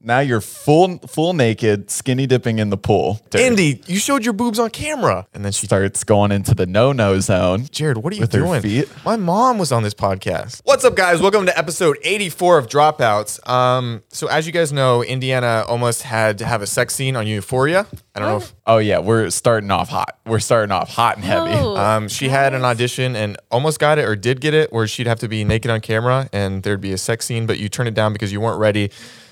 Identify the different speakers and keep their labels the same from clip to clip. Speaker 1: Now you're full full naked, skinny dipping in the pool. Dude,
Speaker 2: Indy, you showed your boobs on camera. And then she
Speaker 1: starts going into the no no zone.
Speaker 2: Jared, what are you
Speaker 1: With her
Speaker 2: doing?
Speaker 1: feet?
Speaker 2: My mom was on this podcast. What's up, guys? Welcome to episode 84 of Dropouts. Um, so as you guys know, Indiana almost had to have a sex scene on Euphoria. I don't know if
Speaker 1: Oh yeah, we're starting off hot. We're starting off hot and heavy.
Speaker 3: Oh,
Speaker 2: um, she had an audition and almost got it or did get it, where she'd have to be naked on camera and there'd be a sex scene, but you turn it down because you weren't ready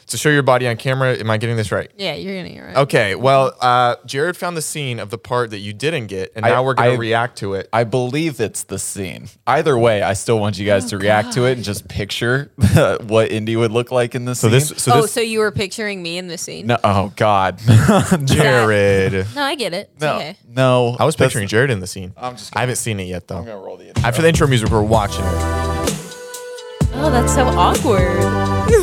Speaker 2: to show your body on camera. Am I getting this right?
Speaker 3: yeah, you're gonna get right.
Speaker 2: Okay, well, uh, Jared found the scene of the part that you didn't get, and
Speaker 1: I-
Speaker 2: now we're going
Speaker 1: I-
Speaker 2: to react to it.
Speaker 1: I believe it's the scene. Either way, I still want you
Speaker 3: Oh,
Speaker 1: guys to react to it and just picture what Indy would look like in this
Speaker 2: So
Speaker 1: scene.
Speaker 2: this, so
Speaker 3: Oh,
Speaker 2: this,
Speaker 3: so you were picturing me in the scene?
Speaker 1: no, oh God,
Speaker 2: Jared.
Speaker 3: No, I get it. It's
Speaker 1: no,
Speaker 3: Okay.
Speaker 1: no.
Speaker 2: I was
Speaker 1: that's-
Speaker 2: picturing Jared in the scene.
Speaker 1: I'm just
Speaker 2: I haven't seen it yet though.
Speaker 1: gonna roll the
Speaker 2: After the intro music, we're watching it.
Speaker 3: Oh, that's so awkward.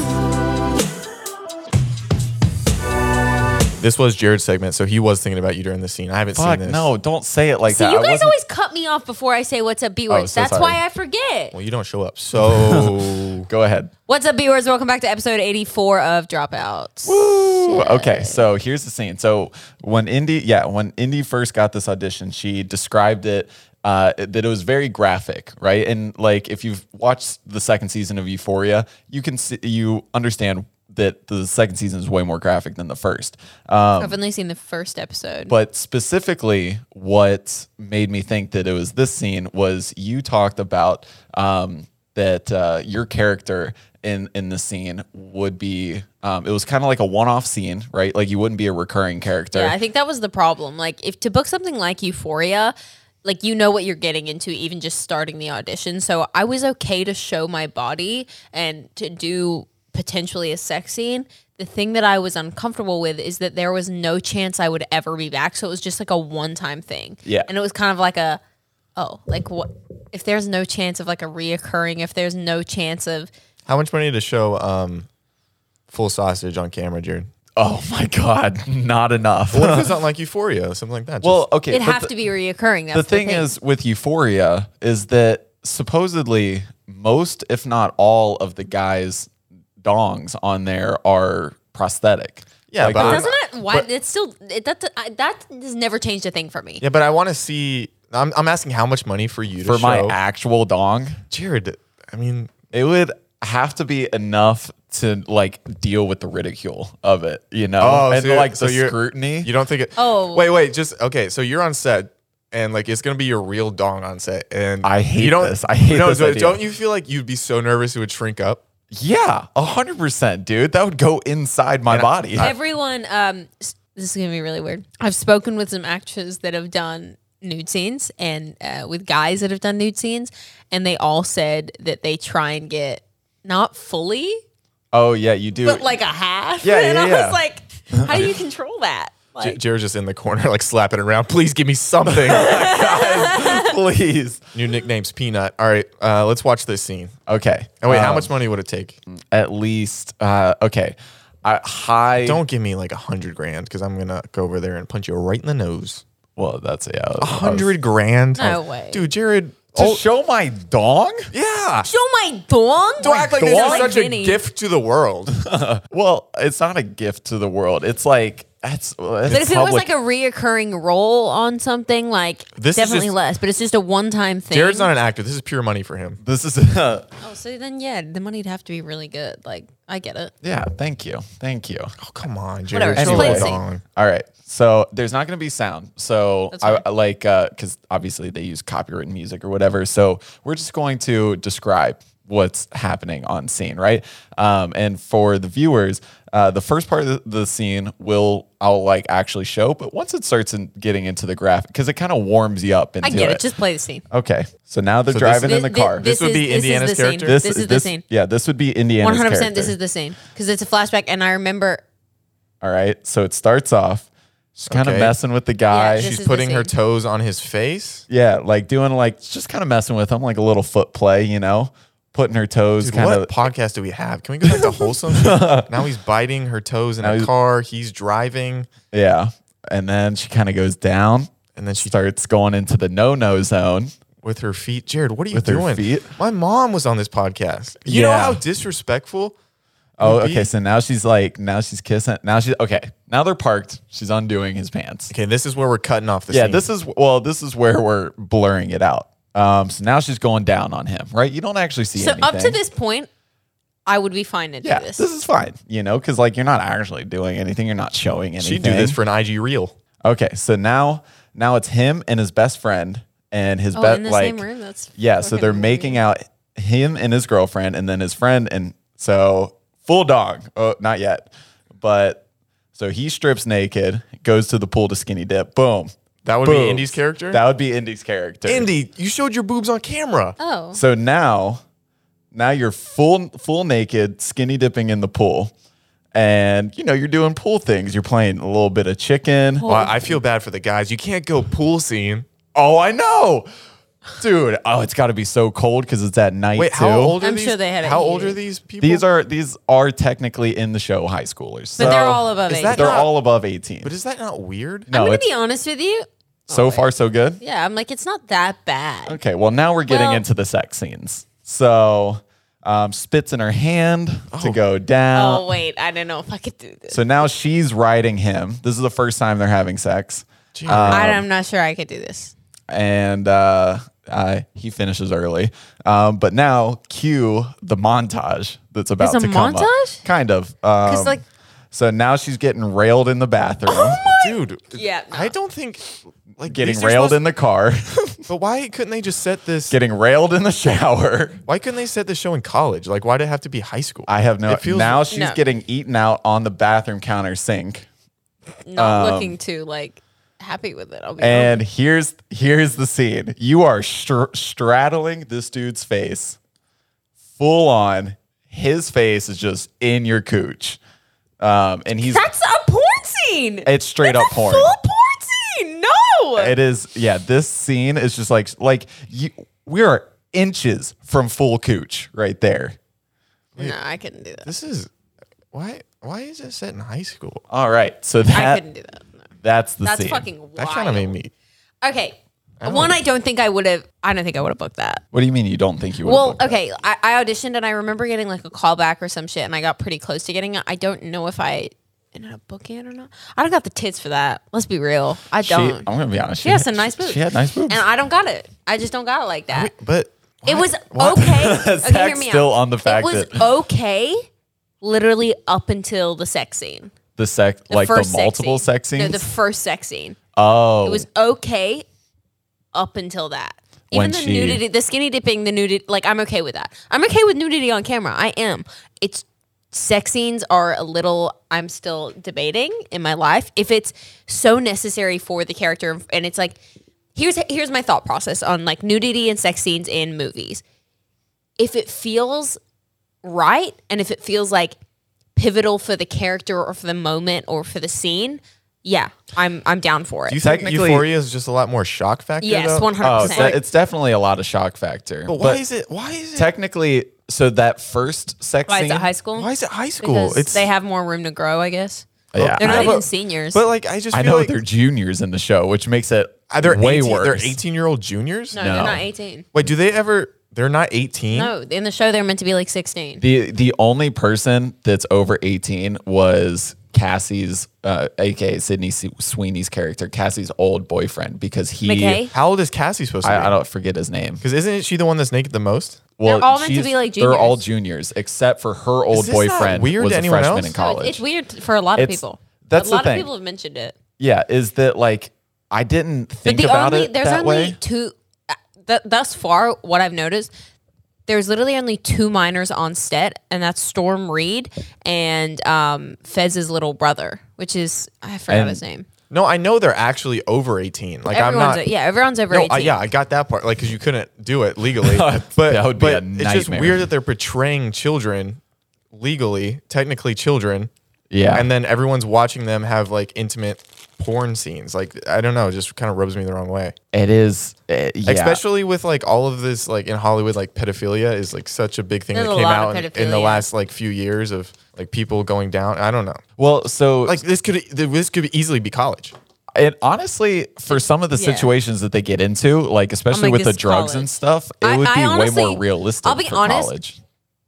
Speaker 2: This was Jared's segment, so he was thinking about you during the scene. I haven't
Speaker 1: Fuck
Speaker 2: seen this.
Speaker 1: no! Don't say it like
Speaker 3: See,
Speaker 1: that.
Speaker 3: you
Speaker 1: I
Speaker 3: guys
Speaker 1: wasn't-
Speaker 3: always cut me off before I say what's up, B words.
Speaker 2: Oh, so
Speaker 3: that's
Speaker 2: sorry.
Speaker 3: why I forget.
Speaker 2: Well, you don't show up. So
Speaker 1: go ahead.
Speaker 3: What's up, B words? Welcome back to episode 84 of Dropouts.
Speaker 1: Ooh, okay, so here's the scene. So when Indy, yeah, when Indy first got this audition, she described it uh, that it was very graphic, right? And like if you've watched the second season of Euphoria, you can see, you understand that the second season is way more graphic than the first. Um,
Speaker 3: I've only seen the first episode.
Speaker 1: but specifically, what made me think that it was this scene was you talked about um, that uh, your character in in the scene would be. Um, it was kind of like a one-off scene, right? Like you wouldn't be a recurring character.
Speaker 3: yeah, I think that was the problem. Like, if to book something like Euphoria, like you know what you're getting into, even just starting the audition. So I was okay to show my body and to do potentially a sex scene. The thing that I was uncomfortable with is that there was no chance I would ever be back. So it was just like a one time thing.
Speaker 1: Yeah.
Speaker 3: And it was kind of like a, oh, like what? If there's no chance of like a reoccurring, if there's no chance of
Speaker 2: how much money to show um, full sausage on camera, Jared?
Speaker 1: oh my god, not enough.
Speaker 2: What if it's not like Euphoria or something like that?
Speaker 1: well, okay.
Speaker 3: it'd
Speaker 1: but
Speaker 3: have
Speaker 1: the-
Speaker 3: to be reoccurring. That's
Speaker 1: the thing, is with Euphoria is that supposedly most, if not all, of the guys' dongs on there are prosthetic.
Speaker 2: Yeah, but
Speaker 1: they're-
Speaker 2: I'm-
Speaker 3: Doesn't it? Why? it's still it, that I, that has never changed a thing for me.
Speaker 2: yeah, but I want to see. I'm, I'm asking how much money for you to
Speaker 1: for my
Speaker 2: show.
Speaker 1: actual dong,
Speaker 2: Jared. I mean,
Speaker 1: it would have to be enough to like deal with the ridicule of it, you know,
Speaker 2: Oh,
Speaker 1: and
Speaker 2: so you're-
Speaker 1: like
Speaker 2: so
Speaker 1: the
Speaker 2: you're-
Speaker 1: scrutiny.
Speaker 2: you don't think it.
Speaker 3: Oh.
Speaker 2: wait, wait. Just okay. So you're on set, and like it's gonna be your real dong on set, and
Speaker 1: I hate
Speaker 2: you don't,
Speaker 1: this. I hate
Speaker 2: no,
Speaker 1: this
Speaker 2: so
Speaker 1: idea.
Speaker 2: Don't you feel like you'd be so nervous it would shrink up?
Speaker 1: yeah, a hundred percent, dude. That would go inside my
Speaker 2: And I-
Speaker 1: body.
Speaker 3: Everyone, um, s- this is gonna be really weird. I've spoken with some actors that have done nude scenes and uh, with guys that have done nude scenes, and they all said that they try and get not fully,
Speaker 1: oh yeah, you do.
Speaker 3: but like a half.
Speaker 1: Yeah,
Speaker 3: and
Speaker 1: yeah,
Speaker 3: I
Speaker 1: yeah.
Speaker 3: was like, how do you control that?
Speaker 2: J-
Speaker 3: Like,
Speaker 2: Jared's just in the corner, like slapping around. Please give me something.
Speaker 1: please.
Speaker 2: New nickname's Peanut. All right, uh, let's watch this scene.
Speaker 1: Okay.
Speaker 2: And Oh, wait, how
Speaker 1: um,
Speaker 2: much money would it take?
Speaker 1: At least. Uh, okay. I, high.
Speaker 2: Don't give me like a hundred grand because I'm gonna go over there and punch you right in the nose.
Speaker 1: Well, that's yeah. I was-
Speaker 2: A hundred grand?
Speaker 3: No way.
Speaker 2: dude.
Speaker 1: I
Speaker 2: Jared. Oh
Speaker 1: was- To show my dong?
Speaker 2: yeah.
Speaker 3: show my dong.
Speaker 2: Don't act like this
Speaker 3: Dong?
Speaker 2: is such
Speaker 3: Vinny.
Speaker 2: a gift to the world.
Speaker 1: Well, it's not a gift to the world. It's like it's. it's
Speaker 3: But if it was
Speaker 1: public-
Speaker 3: like a reoccurring role on something, like
Speaker 2: This is
Speaker 3: definitely
Speaker 2: just-
Speaker 3: less. But it's just a one-time thing.
Speaker 2: Jared's not an actor. This is pure money for him.
Speaker 1: This is.
Speaker 3: Oh, so then yeah, the money'd have to be really good. Like I get it.
Speaker 1: yeah. Thank you. Thank you.
Speaker 2: Oh come on,
Speaker 3: Whatever,
Speaker 2: Jared.
Speaker 3: just
Speaker 2: show
Speaker 1: play
Speaker 2: it
Speaker 1: the
Speaker 3: scene.
Speaker 2: on.
Speaker 1: All right. So there's not going to be sound. So
Speaker 3: That's
Speaker 1: I,
Speaker 3: fine.
Speaker 1: I like because obviously they use copyrighted music or whatever. So we're just going to describe what's happening on scene, right? Um, and for the viewers, uh, the first part of the, the scene will I'll like actually show, but once it starts in getting into the graphic, because it kind of warms you up into
Speaker 3: I get it. Just play the scene.
Speaker 1: okay. So now they're
Speaker 2: So this
Speaker 1: driving
Speaker 2: is-
Speaker 1: in the
Speaker 3: Thi- thi-
Speaker 1: car.
Speaker 2: This would be Indiana's
Speaker 3: the scene.
Speaker 2: character?
Speaker 3: This, is the scene.
Speaker 1: Yeah, this would be Indiana's
Speaker 3: One hundred percent. This
Speaker 1: character.
Speaker 3: is the scene because it's a flashback, and I remember.
Speaker 1: All right. So it starts off. She's kind of
Speaker 2: Okay.
Speaker 1: messing with the guy.
Speaker 3: this
Speaker 1: She's
Speaker 3: is
Speaker 2: She's
Speaker 3: the
Speaker 2: putting her
Speaker 3: scene.
Speaker 2: toes on his face.
Speaker 1: Yeah, like doing like just kind of messing with him, like a little foot play, you know, putting her toes
Speaker 2: Dude,
Speaker 1: kind
Speaker 2: what
Speaker 1: of.
Speaker 2: podcast do we have? Can we go back to wholesome? now he's biting her toes in
Speaker 1: Now
Speaker 2: a
Speaker 1: he's-
Speaker 2: car. He's driving,
Speaker 1: Yeah, and then she kind of goes down,
Speaker 2: and then she
Speaker 1: starts going into the no-no zone.
Speaker 2: with her feet. Jared, what are you
Speaker 1: With her
Speaker 2: doing?
Speaker 1: feet?
Speaker 2: My mom was on this podcast. You know
Speaker 1: Yeah.
Speaker 2: how disrespectful
Speaker 1: Oh, okay. So now she's like, now she's kissing. Now she's okay. Now they're parked. She's undoing his pants.
Speaker 2: Okay, this is where we're cutting off the
Speaker 1: Yeah,
Speaker 2: scene.
Speaker 1: this is well, this is where we're blurring it out. Um, so now she's going down on him, right? You don't actually see
Speaker 3: So
Speaker 1: anything.
Speaker 3: up to this point, I would be fine to do
Speaker 1: yeah,
Speaker 3: this.
Speaker 1: this is fine, you know, because like you're not actually doing anything, you're not showing anything.
Speaker 2: She'd do this for an IG reel.
Speaker 1: Okay, so now now it's him and his best friend and his
Speaker 3: oh,
Speaker 1: best
Speaker 3: in the
Speaker 1: like
Speaker 3: same room. That's
Speaker 1: yeah. So
Speaker 3: fucking
Speaker 1: they're
Speaker 3: weird.
Speaker 1: making out him and his girlfriend, and then his friend, and so full dog. Oh, not yet, but so he strips naked, goes to the pool to skinny dip. Boom.
Speaker 2: That would be
Speaker 1: Boom.
Speaker 2: Indy's character.
Speaker 1: That would be Indy's character.
Speaker 2: Indy, you showed your boobs on camera.
Speaker 3: Oh,
Speaker 1: So now, now you're full full naked, skinny dipping in the pool, and you know you're doing pool things. You're playing a little bit of chicken.
Speaker 2: Well, I feel bad for the guys. You can't go pool scene.
Speaker 1: Oh, I know, dude. Oh, it's got to be so cold because it's at night
Speaker 2: Wait,
Speaker 1: too.
Speaker 2: how old are
Speaker 3: I'm
Speaker 2: these?
Speaker 3: sure they had it
Speaker 2: how old
Speaker 3: heated.
Speaker 2: are these people?
Speaker 1: These are these are technically in the show high schoolers.
Speaker 3: but
Speaker 1: so
Speaker 3: they're all above
Speaker 2: is
Speaker 3: eight.
Speaker 2: that
Speaker 1: they're
Speaker 2: not-
Speaker 1: all above eighteen.
Speaker 2: But is that not weird?
Speaker 3: I'm
Speaker 1: no,
Speaker 3: gonna
Speaker 1: it's
Speaker 3: be honest with you.
Speaker 1: so far so good.
Speaker 3: Yeah, I'm like it's not that bad.
Speaker 1: Okay, well now we're getting
Speaker 3: Well-
Speaker 1: into the sex scenes. So, um, spits in her hand to go down.
Speaker 3: Oh wait, I don't know if I could do this.
Speaker 1: So now she's riding him. This is the first time they're having sex,
Speaker 2: Gee,
Speaker 1: Um,
Speaker 3: I, I'm not sure I could do this.
Speaker 1: and uh, uh, he finishes early. Um, but now cue the montage that's about
Speaker 3: a
Speaker 1: to come up.
Speaker 3: montage?
Speaker 1: Kind of. Because
Speaker 3: like- Oh
Speaker 1: so now she's getting railed in the bathroom,
Speaker 2: dude.
Speaker 3: Yeah, no.
Speaker 2: I don't think like
Speaker 1: getting
Speaker 2: these are
Speaker 1: railed in
Speaker 2: supposed-
Speaker 1: the car,
Speaker 2: But why couldn't they just set this?
Speaker 1: getting railed in the shower.
Speaker 2: why couldn't they set this show in college? Like, why did it have to be high school?
Speaker 1: I have no.
Speaker 2: It feels-
Speaker 1: now she's
Speaker 3: No.
Speaker 1: getting eaten out on the bathroom counter sink.
Speaker 3: Not looking too like happy with it. I'll be
Speaker 1: um, And here's here's the scene. You are str- straddling this dude's face, full on. His face is just in your cooch, um, and he's
Speaker 3: honest. that's a porn scene.
Speaker 1: it's straight
Speaker 3: That's
Speaker 1: up
Speaker 3: a
Speaker 1: porn.
Speaker 3: Full porn scene. No.
Speaker 1: It is yeah. This scene is just like like you, we are inches from full cooch right there.
Speaker 3: no, I couldn't do that.
Speaker 2: this is why. Why is it set in high school?
Speaker 1: All right, so
Speaker 3: I
Speaker 1: that
Speaker 3: couldn't do that. No.
Speaker 1: that's the
Speaker 3: That's
Speaker 1: scene.
Speaker 3: fucking wild.
Speaker 2: That kind of made me.
Speaker 3: Okay. One, I don't think I would have. I don't think I would have booked that.
Speaker 1: what do you mean you don't think you would?
Speaker 3: Well, okay. I, I auditioned and I remember getting like a callback or some shit, and I got pretty close to getting it. I don't know if I ended up booking it or not. I don't got the tits for that. Let's be real. I
Speaker 1: She, I'm
Speaker 3: don't.
Speaker 1: gonna be honest. She,
Speaker 3: has
Speaker 1: had-
Speaker 3: some nice
Speaker 1: she-
Speaker 3: boobs.
Speaker 1: She had nice
Speaker 3: and
Speaker 1: boobs.
Speaker 3: I don't got it. I just don't got it like that.
Speaker 2: But
Speaker 3: It was
Speaker 2: What?
Speaker 3: okay. okay, hear
Speaker 1: Zach's
Speaker 3: me
Speaker 1: still
Speaker 3: out.
Speaker 1: on the fact
Speaker 3: it was
Speaker 1: that-
Speaker 3: okay, literally up until the sex scene.
Speaker 1: the sex
Speaker 3: The
Speaker 1: like the
Speaker 3: first
Speaker 1: multiple sex,
Speaker 3: No,
Speaker 1: scenes.
Speaker 3: the first sex scene.
Speaker 1: oh,
Speaker 3: It was okay up until that.
Speaker 1: When
Speaker 3: Even the
Speaker 1: she-
Speaker 3: nudity, the skinny dipping, the nudity, like I'm okay with that. I'm okay with nudity on camera. I am. It's sex scenes are a little. I'm still debating in my life if it's so necessary for the character, and it's like here's here's my thought process on like nudity and sex scenes in movies. If it feels right and if it feels like pivotal for the character or for the moment or for the scene, yeah, I'm I'm down for it.
Speaker 2: do you think
Speaker 1: Technically-
Speaker 2: Euphoria is just a lot more shock factor?
Speaker 3: Yes,
Speaker 2: though?
Speaker 3: one hundred
Speaker 1: Oh, so
Speaker 3: percent.
Speaker 1: it's definitely a lot of shock factor.
Speaker 2: But why is it? Why is it?
Speaker 1: technically so that first sex
Speaker 3: Why is
Speaker 1: scene?
Speaker 3: it high school?
Speaker 2: why is it high school?
Speaker 3: Because
Speaker 2: it's
Speaker 3: they have more room to grow, I guess.
Speaker 1: Yeah,
Speaker 3: They're
Speaker 1: I-
Speaker 3: not
Speaker 2: know,
Speaker 3: even
Speaker 2: but-
Speaker 3: seniors.
Speaker 2: But like, I just
Speaker 1: I
Speaker 2: feel
Speaker 1: know
Speaker 2: like
Speaker 1: they're juniors in the show, which makes it
Speaker 2: Uh, they're
Speaker 1: way
Speaker 2: 18,
Speaker 1: worse.
Speaker 2: They're 18 year old juniors.
Speaker 3: no,
Speaker 1: no.
Speaker 3: they're not eighteen.
Speaker 2: Wait, do they ever? They're not 18.
Speaker 3: No, in the show they're meant to be like sixteen.
Speaker 1: The the only person that's over eighteen was Cassie's, uh, aka Sydney S- Sweeney's character, Cassie's old boyfriend, because he
Speaker 3: McKay?
Speaker 2: How old is Cassie supposed to
Speaker 1: I,
Speaker 2: be?
Speaker 1: I don't forget his name.
Speaker 2: Because isn't she the one that's naked the most?
Speaker 1: Well,
Speaker 3: all meant to
Speaker 1: she's-
Speaker 3: be like
Speaker 1: They're all
Speaker 3: juniors.
Speaker 1: juniors except for her old
Speaker 2: this not
Speaker 1: boyfriend.
Speaker 2: weird
Speaker 1: was
Speaker 2: to
Speaker 1: a
Speaker 2: anyone
Speaker 1: freshman
Speaker 2: else?
Speaker 1: in
Speaker 2: No,
Speaker 1: college.
Speaker 3: It's weird for a lot of
Speaker 1: It's-
Speaker 3: people.
Speaker 1: that's
Speaker 3: a
Speaker 1: the
Speaker 3: lot
Speaker 1: thing.
Speaker 3: of people have mentioned it.
Speaker 1: Yeah, is that like I didn't
Speaker 3: But
Speaker 1: think
Speaker 3: the
Speaker 1: about
Speaker 3: only
Speaker 1: it
Speaker 3: there's
Speaker 1: that
Speaker 3: only
Speaker 1: way.
Speaker 3: two. uh, Th- thus far, what I've noticed, there's literally only two minors on set, and that's Storm Reed and um, Fez's little brother, which is I forgot
Speaker 1: And
Speaker 3: his name.
Speaker 2: No, I know they're actually over 18. Like
Speaker 3: Everyone's
Speaker 2: I'm not.
Speaker 3: yeah, everyone's over
Speaker 2: No,
Speaker 3: eighteen.
Speaker 2: I, yeah, I got that part. Like, because you couldn't do it legally. But
Speaker 1: That would be
Speaker 2: but
Speaker 1: a
Speaker 2: it's just
Speaker 1: nightmare.
Speaker 2: weird that they're portraying children legally, technically children.
Speaker 1: Yeah.
Speaker 2: And then everyone's watching them have like intimate porn scenes. Like, I don't know. It just kind of rubs me the wrong way.
Speaker 1: It is, uh, yeah.
Speaker 2: Especially with like all of this, like in Hollywood, like pedophilia is like such a big thing
Speaker 3: There's
Speaker 2: that
Speaker 3: a
Speaker 2: came
Speaker 3: lot
Speaker 2: out
Speaker 3: of
Speaker 2: in, in the
Speaker 3: pedophilia.
Speaker 2: last like few years of like people going down. I don't know.
Speaker 1: well, so
Speaker 2: Like this could this could easily be college.
Speaker 1: it honestly for some of the
Speaker 3: Yeah.
Speaker 1: situations that they get into, like especially
Speaker 3: like,
Speaker 1: with the
Speaker 3: this
Speaker 1: drugs
Speaker 3: college.
Speaker 1: and stuff, it
Speaker 3: I-
Speaker 1: would
Speaker 3: I
Speaker 1: be way
Speaker 3: honestly-
Speaker 1: more realistic
Speaker 3: I'll be
Speaker 1: for
Speaker 3: honest,
Speaker 1: college.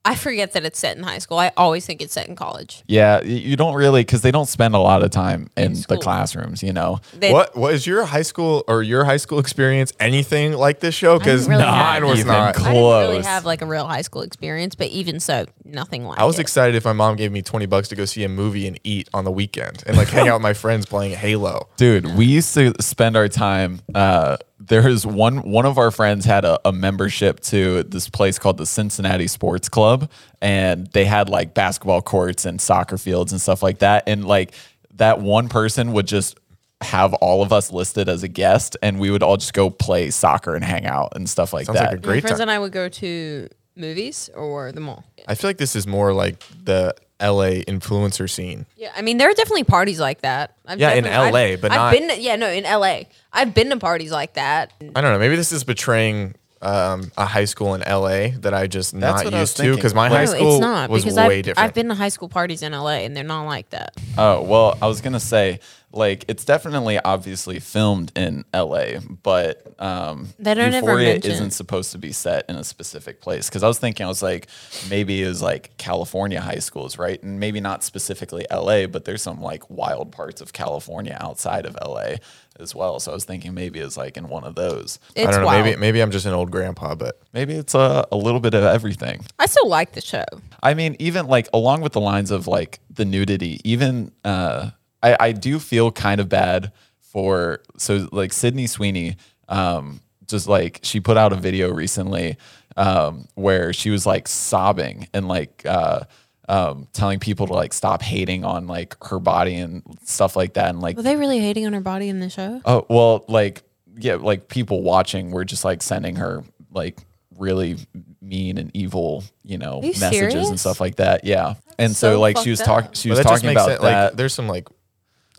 Speaker 3: I forget that it's set in high school. I always think it's set in college.
Speaker 1: Yeah, y- you don't really because they don't spend a lot of time in, the
Speaker 3: school.
Speaker 1: classrooms. You know,
Speaker 3: They-
Speaker 2: what was your high school or your high school experience anything like this show? Because
Speaker 3: really
Speaker 2: mine
Speaker 3: have
Speaker 2: was
Speaker 1: even
Speaker 2: not.
Speaker 1: cl-
Speaker 3: I didn't really
Speaker 1: Close.
Speaker 3: have like a real high school experience, but even so, nothing like
Speaker 2: I was
Speaker 3: it.
Speaker 2: excited if my mom gave me twenty bucks to go see a movie and eat on the weekend and like hang out with my friends playing Halo.
Speaker 1: dude, we used to spend our time. Uh, there is one one of our friends had a, a membership to this place called the Cincinnati Sports Club, and they had like basketball courts and soccer fields and stuff like that. And like that one person would just have all of us listed as a guest, and we would all just go play soccer and hang out and stuff like
Speaker 2: Sounds
Speaker 1: that.
Speaker 2: like a great
Speaker 3: My friends
Speaker 2: time.
Speaker 3: and I would go to movies or the mall.
Speaker 2: I feel like this is more like the LA influencer scene.
Speaker 3: Yeah, I mean there are definitely parties like that. I've
Speaker 2: Yeah, in
Speaker 3: definitely-
Speaker 2: LA, but
Speaker 3: I've
Speaker 2: not-
Speaker 3: been. To, yeah, no, in LA, I've been to parties like that.
Speaker 2: I don't know. Maybe this is betraying um, a high school in LA that I just
Speaker 1: That's
Speaker 2: not
Speaker 1: what I was
Speaker 2: used to
Speaker 1: thinking.
Speaker 2: because my
Speaker 1: No,
Speaker 2: high
Speaker 3: no,
Speaker 2: school
Speaker 3: it's not
Speaker 2: was
Speaker 3: because
Speaker 2: way
Speaker 3: I've,
Speaker 2: different.
Speaker 3: I've been to high school parties in LA and they're not like that.
Speaker 1: Oh, well, I was going to say, like, it's definitely obviously filmed in LA, but um,
Speaker 3: They don't ever
Speaker 1: Euphoria
Speaker 3: mention-
Speaker 1: isn't supposed to be set in a specific place. Because I was thinking, I was like, maybe it was like California high schools, right? And maybe not specifically LA, but there's some like wild parts of California outside of LA as well. So I was thinking maybe it's like in one of those.
Speaker 3: It's
Speaker 2: I don't know.
Speaker 3: wild.
Speaker 2: Maybe maybe I'm just an old grandpa, but
Speaker 1: Maybe it's a, a little bit of everything.
Speaker 3: I still like the show.
Speaker 1: I mean, even like along with the lines of like the nudity, even uh, I, I do feel kind of bad for so like Sydney Sweeney, um, just like she put out a video recently um, where she was like sobbing and like uh, um, telling people to like stop hating on like her body and stuff like that, and like
Speaker 3: Were they really hating on her body in the show?
Speaker 1: Oh well, like yeah, like people watching were just like sending her like really mean and evil, you know,
Speaker 3: you
Speaker 1: messages and
Speaker 3: serious?
Speaker 1: stuff like that. Yeah, and so,
Speaker 3: so
Speaker 1: like she was
Speaker 3: fucked
Speaker 1: talking,
Speaker 3: up.
Speaker 1: she
Speaker 2: but
Speaker 1: was
Speaker 2: that just
Speaker 1: talking
Speaker 2: makes
Speaker 1: about
Speaker 2: sense.
Speaker 1: that,
Speaker 2: Like there's some like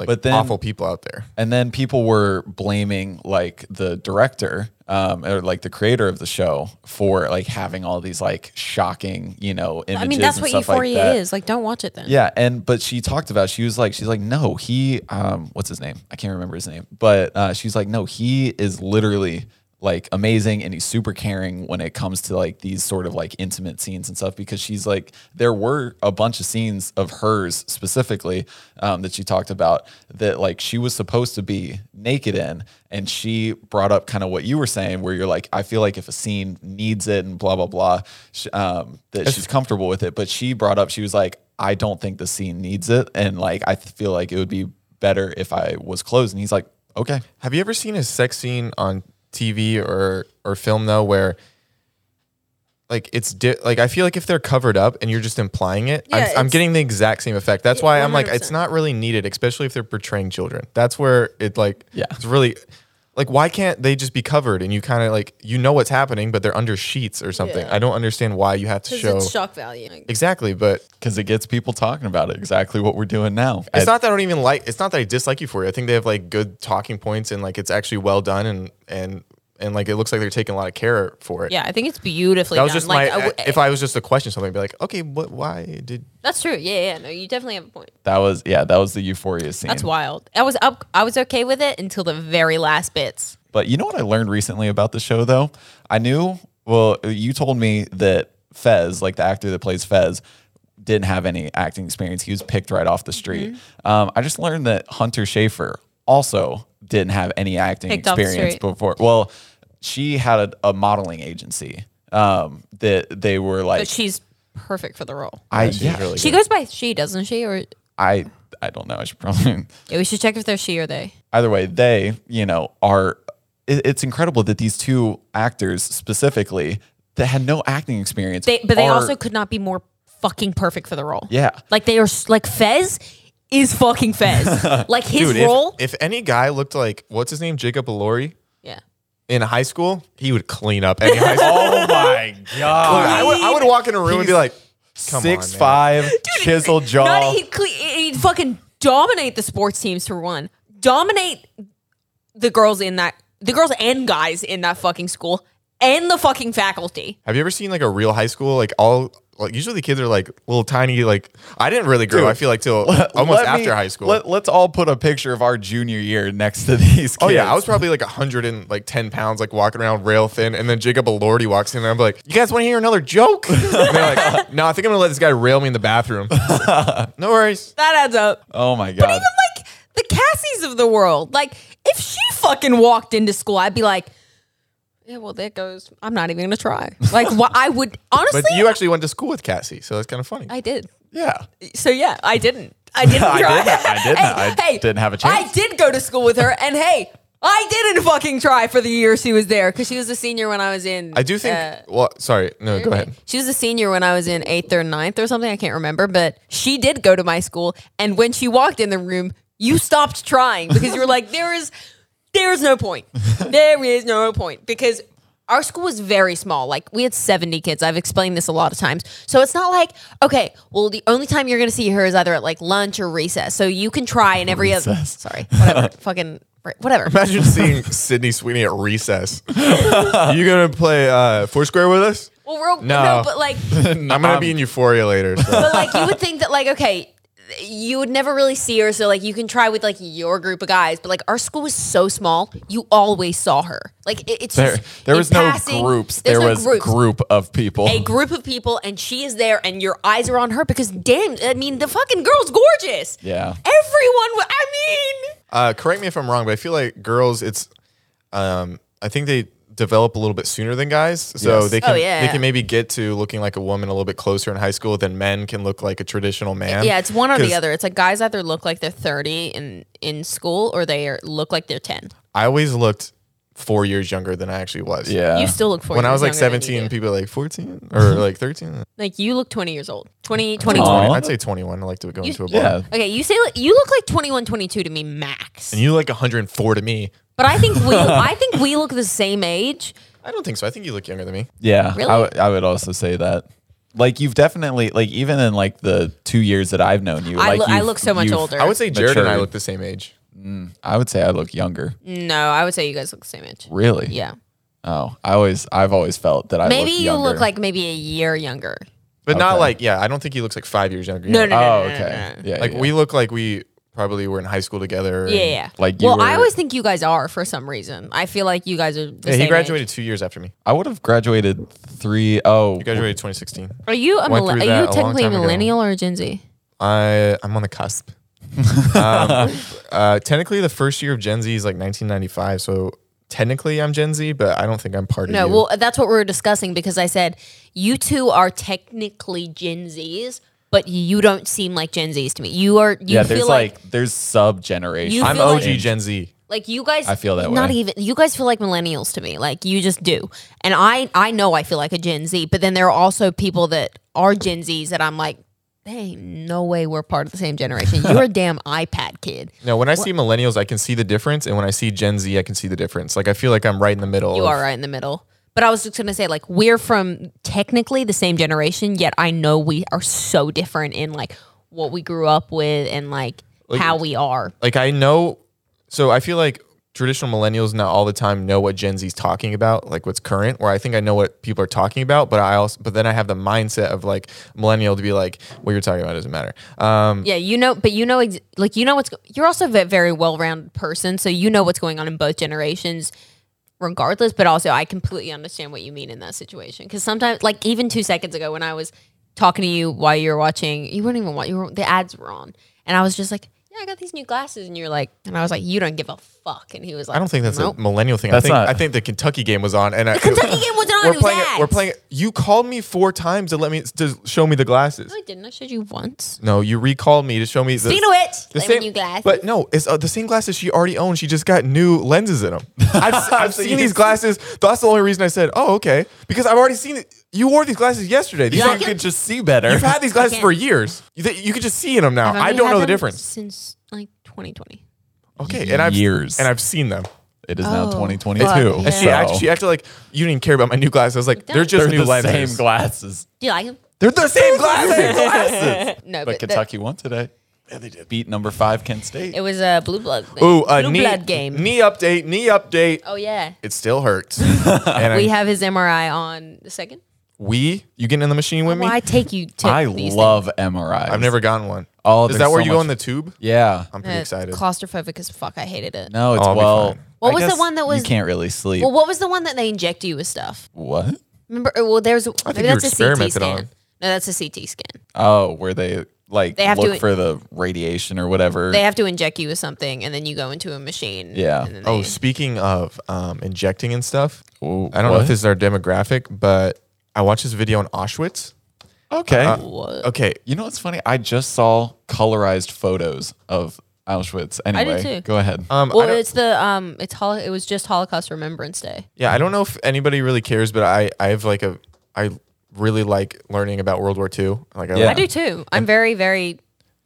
Speaker 2: like
Speaker 1: But then-
Speaker 2: awful people out there.
Speaker 1: and then people were blaming like the director um, or like the creator of the show for like having all these like shocking, you know, images.
Speaker 3: I mean, that's
Speaker 1: and
Speaker 3: what
Speaker 1: stuff
Speaker 3: Euphoria
Speaker 1: like that.
Speaker 3: is. Like, don't watch it then.
Speaker 1: Yeah, and but she talked about she was like she's like no he um what's his name I can't remember his name but uh, she's like no he is literally like amazing and he's super caring when it comes to like these sort of like intimate scenes and stuff because she's like there were a bunch of scenes of hers specifically um, that she talked about that like she was supposed to be naked in and she brought up kind of what you were saying where you're like I feel like if a scene needs it and blah blah blah sh- um, that she's comfortable with it but she brought up she was like I don't think the scene needs it. And like, I th- feel like it would be better if I was closed. And he's like, okay.
Speaker 2: Have you ever seen a sex scene on TV or or film though where like it's di- like I feel like if they're covered up and you're just implying it,
Speaker 3: Yeah,
Speaker 2: I'm, I'm
Speaker 3: it's-
Speaker 2: getting the exact same effect. That's
Speaker 3: Yeah,
Speaker 2: why I'm like
Speaker 3: 100%.
Speaker 2: it's not really needed, especially if they're portraying children. That's where it like
Speaker 1: Yeah.
Speaker 2: it's really like why can't they just be covered and you kind of like you know what's happening, but they're under sheets or something.
Speaker 3: Yeah.
Speaker 2: I don't understand why you have to
Speaker 3: because
Speaker 2: show
Speaker 3: it's shock value. Like,
Speaker 2: exactly, but
Speaker 1: Cause it gets people talking about it, exactly what we're doing now.
Speaker 2: It's
Speaker 1: I-
Speaker 2: not that I don't even like. It's not that I dislike Euphoria. I think they have like good talking points and like it's actually well done and and and like it looks like they're taking a lot of care for it.
Speaker 3: yeah, I think it's beautifully.
Speaker 2: that was
Speaker 3: done.
Speaker 2: just
Speaker 3: like, uh,
Speaker 2: my. e-,
Speaker 3: I w-
Speaker 2: if I was just to question something, I'd be like, okay, what? Why did?
Speaker 3: that's true. Yeah, yeah. No, you definitely have a point.
Speaker 1: that was, yeah, that was the euphoria scene.
Speaker 3: That's wild. I was up. I was okay with it until the very last bits.
Speaker 1: But you know what I learned recently about the show though? I knew, well, you told me that Fez, like the actor that plays Fez, didn't have any acting experience. He was picked right off the street.
Speaker 3: Mm-hmm.
Speaker 1: Um, I just learned that Hunter Schafer also didn't have any acting
Speaker 3: Picked off the
Speaker 1: experience
Speaker 3: street.
Speaker 1: before. Well, she had a, a modeling agency um, that they were like,
Speaker 3: But she's perfect for the role.
Speaker 1: I,
Speaker 2: She's
Speaker 1: yeah,
Speaker 2: really
Speaker 3: She
Speaker 2: good.
Speaker 3: goes by she, doesn't she? Or
Speaker 1: I, I don't know. I should probably
Speaker 3: yeah, we should check if they're she or they.
Speaker 1: either way, they, you know, are. It, it's incredible that these two actors specifically that had no acting experience.
Speaker 3: They, but they
Speaker 1: are-
Speaker 3: also could not be more fucking perfect for the role.
Speaker 1: Yeah.
Speaker 3: like they are. s- Like Fez is fucking Fez. like his
Speaker 2: Dude,
Speaker 3: role.
Speaker 2: if, if any guy looked like what's his name, Jacob Elori,
Speaker 3: yeah.
Speaker 2: in high school, he would clean up any high school.
Speaker 1: Oh my
Speaker 2: Like,
Speaker 1: god!
Speaker 2: I would, I would walk in a room and be like, come on,
Speaker 1: Six
Speaker 2: man.
Speaker 1: five, chisel jaw.
Speaker 3: Not he'd, cle- he'd fucking dominate the sports teams for one. Dominate the girls in that the girls and guys in that fucking school and the fucking faculty.
Speaker 2: Have you ever seen like a real high school? Like all like usually kids are like little tiny like I didn't really grow.
Speaker 1: Dude,
Speaker 2: I feel like till
Speaker 1: Let-
Speaker 2: almost
Speaker 1: let
Speaker 2: after
Speaker 1: me-
Speaker 2: high school.
Speaker 1: Let, us all put a picture of our junior year next to these kids.
Speaker 2: Oh yeah, I was probably like hundred and like ten pounds, like walking around rail thin, and then Jacob Elordi walks in, and I'm like, "You guys want to hear another joke?" and they're like, "No, I think I'm gonna let this guy rail me in the bathroom." no worries.
Speaker 3: That adds up.
Speaker 1: Oh my god.
Speaker 3: Even like the Cassies of the world. Like if she fucking walked into school, I'd be like, yeah, well, there goes. I'm not even gonna try. Like wha- I would honestly.
Speaker 2: But you actually went to school with Cassie, so that's kind of funny.
Speaker 3: I did.
Speaker 1: yeah.
Speaker 3: So yeah, I didn't. I didn't
Speaker 1: I
Speaker 3: try.
Speaker 1: didn't. I didn't. I didn't have a chance.
Speaker 3: I did go to school with her, and hey, I didn't fucking try for the year she was there because she was a senior when I was in.
Speaker 2: I do think.
Speaker 3: uh,
Speaker 2: well, sorry, no, go ahead.
Speaker 3: She was a senior when I was in eighth or ninth or something. I can't remember, but she did go to my school. And when she walked in the room, you stopped trying because you were like, there is, there is no point. There is no point because our school was very small. Like we had 70 kids. I've explained this a lot of times. So it's not like, okay, well, the only time you're going to see her is either at like lunch or recess. So you can try in every other,
Speaker 1: Recess.
Speaker 3: sorry, whatever, fucking, whatever.
Speaker 2: Imagine seeing Sydney Sweeney at recess. you gonna play uh, Foursquare with us?
Speaker 3: Well, we're,
Speaker 2: No.
Speaker 3: no, but like,
Speaker 2: I'm gonna be in Euphoria later. So.
Speaker 3: but like you would think that like okay you would never really see her so like you can try with like your group of guys but like our school was so small you always saw her like it- it's
Speaker 1: There,
Speaker 3: just
Speaker 1: there
Speaker 3: in
Speaker 1: was no
Speaker 3: passing,
Speaker 1: groups.
Speaker 3: there's
Speaker 1: There
Speaker 3: no
Speaker 1: was
Speaker 3: groups.
Speaker 1: group of people.
Speaker 3: a group of people and she is there and your eyes are on her because damn i mean the fucking girl's gorgeous
Speaker 1: Yeah.
Speaker 3: everyone wa- i mean
Speaker 2: Uh, correct me if I'm wrong, but I feel like girls, it's, um, I think they develop a little bit sooner than guys, so
Speaker 1: Yes.
Speaker 2: they can
Speaker 3: Oh, yeah.
Speaker 2: they can maybe get to looking like a woman a little bit closer in high school than men can look like a traditional man.
Speaker 3: yeah it's one or
Speaker 2: 'Cause
Speaker 3: the other it's like guys either look like they're 30 in in school or they are, look like they're 10
Speaker 2: I always looked four years younger than I actually was.
Speaker 1: yeah.
Speaker 3: you still look 40
Speaker 2: When I was like
Speaker 3: younger than you
Speaker 2: 17,
Speaker 3: do.
Speaker 2: people were like 14 or like 13.
Speaker 3: like you look 20 years old 20 21
Speaker 1: Aw.
Speaker 2: I'd say 21. I like to go into a bar.
Speaker 1: yeah.
Speaker 3: Okay, you say you look like 21, 22 to me max.
Speaker 2: And you look 104 to me.
Speaker 3: But I think we I think we look the same age.
Speaker 2: I don't think so. I think you look younger than me.
Speaker 1: Yeah,
Speaker 3: Really?
Speaker 1: I, w- I would also say that. Like you've definitely like even in like the two years that I've known you,
Speaker 3: I
Speaker 1: like
Speaker 3: look- I
Speaker 1: you've-
Speaker 3: look so much
Speaker 1: you've-
Speaker 3: older.
Speaker 2: I would say Jared and I
Speaker 1: Matured.
Speaker 2: look the same age.
Speaker 1: I would say I look younger.
Speaker 3: No, I would say you guys look the same age.
Speaker 1: Really?
Speaker 3: Yeah.
Speaker 1: Oh, I always I've always felt that I
Speaker 3: Maybe
Speaker 1: look
Speaker 3: you
Speaker 1: younger.
Speaker 3: look like maybe a year younger.
Speaker 2: But not
Speaker 1: Okay.
Speaker 2: like, yeah, I don't think he looks like five years younger.
Speaker 3: No, no, no.
Speaker 1: Oh,
Speaker 3: no, no, no,
Speaker 1: okay.
Speaker 3: no.
Speaker 1: Yeah.
Speaker 2: Like
Speaker 1: yeah,
Speaker 2: we look like we probably were in high school together.
Speaker 3: Yeah,
Speaker 2: and-
Speaker 3: yeah.
Speaker 1: Like you
Speaker 3: well, I
Speaker 1: were-
Speaker 3: always think you guys are for some reason. I feel like you guys are the
Speaker 2: Yeah,
Speaker 3: same.
Speaker 2: he
Speaker 3: age.
Speaker 2: graduated two years after me.
Speaker 1: I would have graduated three oh
Speaker 2: He graduated 2016.
Speaker 3: Are you a
Speaker 2: Went
Speaker 3: mille-
Speaker 2: through that
Speaker 3: are
Speaker 2: a
Speaker 3: you
Speaker 2: long
Speaker 3: technically a
Speaker 2: time ago.
Speaker 3: millennial or a Gen Z?
Speaker 2: I I'm on the cusp. um, uh, technically, the first year of Gen Z is like 1995, so technically I'm Gen Z, but I don't think I'm part of
Speaker 3: No,
Speaker 2: you.
Speaker 3: well, that's what we were discussing because I said you two are technically Gen Zs, but you don't seem like Gen Zs to me. You are. You
Speaker 1: yeah.
Speaker 3: feel
Speaker 1: There's like, there's sub generation.
Speaker 3: You
Speaker 2: I'm
Speaker 3: feel
Speaker 2: OG
Speaker 3: like-
Speaker 2: Gen Z.
Speaker 3: Like you guys,
Speaker 1: I feel that
Speaker 3: Not
Speaker 1: way.
Speaker 3: even you guys feel like millennials to me. Like you just do, and I I know I feel like a Gen Z, but then there are also people that are Gen Zs that I'm like, there ain't no way we're part of the same generation. You're a damn iPad kid.
Speaker 2: No, when I see millennials, I can see the difference, and when I see Gen Z, I can see the difference. Like I feel like I'm right in the middle.
Speaker 3: You
Speaker 2: of-
Speaker 3: are right in the middle. But I was just gonna say, like, we're from technically the same generation, yet I know we are so different in like what we grew up with and like, how we are.
Speaker 2: like I know. So I feel like traditional millennials not all the time know what Gen Z's talking about, like what's current. Where I think I know what people are talking about, but I also but then I have the mindset of like millennial to be like what you're talking about doesn't matter. Um,
Speaker 3: Yeah, you know, but you know, ex- like you know what's. go- You're also a very well-rounded person, so you know what's going on in both generations, regardless. But also, I completely understand what you mean in that situation because sometimes, like even two seconds ago, when I was talking to you while you were watching, you weren't even what you were. The ads were on, and I was just like, "Yeah, I got these new glasses," and you're like, and I was like, "You don't give a fuck," and he was like,
Speaker 2: I don't think that's
Speaker 3: nope.
Speaker 2: a millennial thing.
Speaker 1: That's
Speaker 2: I think
Speaker 1: not-
Speaker 2: I think the Kentucky game was on, and I,
Speaker 3: Kentucky game was on, it
Speaker 2: We're
Speaker 3: was
Speaker 2: playing. it- We're
Speaker 3: ads.
Speaker 2: playing. it- You called me four times to let me to show me the glasses.
Speaker 3: No, I didn't. I showed you once.
Speaker 2: No, you recalled me to show me. The,
Speaker 3: Speaking of which,
Speaker 2: the
Speaker 3: like
Speaker 2: same,
Speaker 3: when you glasses.
Speaker 2: But no, it's uh, the same glasses she already owned. She just got new lenses in them. I've, I've
Speaker 1: So
Speaker 2: seen
Speaker 1: you-
Speaker 2: these glasses. That's the only reason I said, "Oh, okay," because I've already seen it. You wore these glasses yesterday. These
Speaker 1: you
Speaker 2: are-
Speaker 1: think you could just see better.
Speaker 2: You've had these
Speaker 3: I
Speaker 2: glasses
Speaker 3: can't.
Speaker 2: for years. You, th- you could just see in them now.
Speaker 3: I've
Speaker 2: I
Speaker 3: only
Speaker 2: don't
Speaker 3: had
Speaker 2: know the
Speaker 3: them
Speaker 2: difference.
Speaker 3: since like 2020.
Speaker 2: Okay, and I've
Speaker 1: Years.
Speaker 2: and I've seen them.
Speaker 1: It is now
Speaker 3: Oh,
Speaker 1: 2022.
Speaker 3: fuck,
Speaker 2: And she,
Speaker 1: so
Speaker 2: act, she acted like you didn't care about my new glasses. I was like,
Speaker 3: don't.
Speaker 2: they're just
Speaker 1: they're
Speaker 2: new
Speaker 1: the
Speaker 2: lenses.
Speaker 1: same glasses.
Speaker 3: Do you like them?
Speaker 2: They're the same glasses.
Speaker 1: glasses.
Speaker 3: No,
Speaker 1: but
Speaker 3: that-
Speaker 1: Kentucky won today. Yeah, they did. Beat number five Kent State.
Speaker 3: It was a blue blood. Thing.
Speaker 2: Ooh, a
Speaker 3: blue
Speaker 2: knee,
Speaker 3: blood game.
Speaker 2: knee update, knee update.
Speaker 3: oh yeah,
Speaker 2: It still hurts. and I-
Speaker 3: we have his MRI on the second.
Speaker 2: We? You getting in the machine with me?
Speaker 3: Well, I take you to
Speaker 1: I
Speaker 3: these
Speaker 1: love MRIs.
Speaker 2: I've never gotten one.
Speaker 1: Oh,
Speaker 2: is
Speaker 1: there's
Speaker 2: that where
Speaker 1: so
Speaker 2: you go
Speaker 1: much-
Speaker 2: in the tube?
Speaker 1: Yeah.
Speaker 2: I'm
Speaker 3: things.
Speaker 2: pretty
Speaker 3: Uh,
Speaker 2: excited.
Speaker 3: Claustrophobic as fuck. I hated it.
Speaker 1: No, it's
Speaker 2: I'll be
Speaker 1: well.
Speaker 2: fine.
Speaker 3: What
Speaker 1: I
Speaker 3: was the
Speaker 1: guess
Speaker 3: one that was-
Speaker 1: You can't really sleep.
Speaker 3: Well, what was the one that they inject you with stuff?
Speaker 1: what?
Speaker 3: Remember? uh, Well, there's
Speaker 2: you
Speaker 3: maybe that's a CT
Speaker 2: experimented
Speaker 3: scan.
Speaker 2: on.
Speaker 3: No, that's a CT scan.
Speaker 1: Oh, where they like
Speaker 3: They have
Speaker 1: look
Speaker 3: to-
Speaker 1: for the radiation or whatever.
Speaker 3: They have to inject you with something, and then you go into a machine.
Speaker 1: Yeah.
Speaker 3: and then
Speaker 2: Oh,
Speaker 3: they-
Speaker 2: speaking of um, injecting and stuff,
Speaker 1: Ooh,
Speaker 2: I don't know
Speaker 1: what?
Speaker 2: if this is our demographic, but I watched this video on Auschwitz.
Speaker 1: Okay.
Speaker 3: What?
Speaker 2: Okay,
Speaker 1: Uh, you know what's funny? I just saw colorized photos of Auschwitz.
Speaker 3: did
Speaker 1: Anyway,
Speaker 3: too.
Speaker 1: go ahead.
Speaker 2: um, I
Speaker 3: Well,
Speaker 2: don't-
Speaker 3: it's the um, it's hol- it was just Holocaust Remembrance Day.
Speaker 2: yeah, I don't know if anybody really cares, but I, I have like a, I really like learning about World War II. Like, I,
Speaker 1: Yeah.
Speaker 3: I do too. I'm very, very.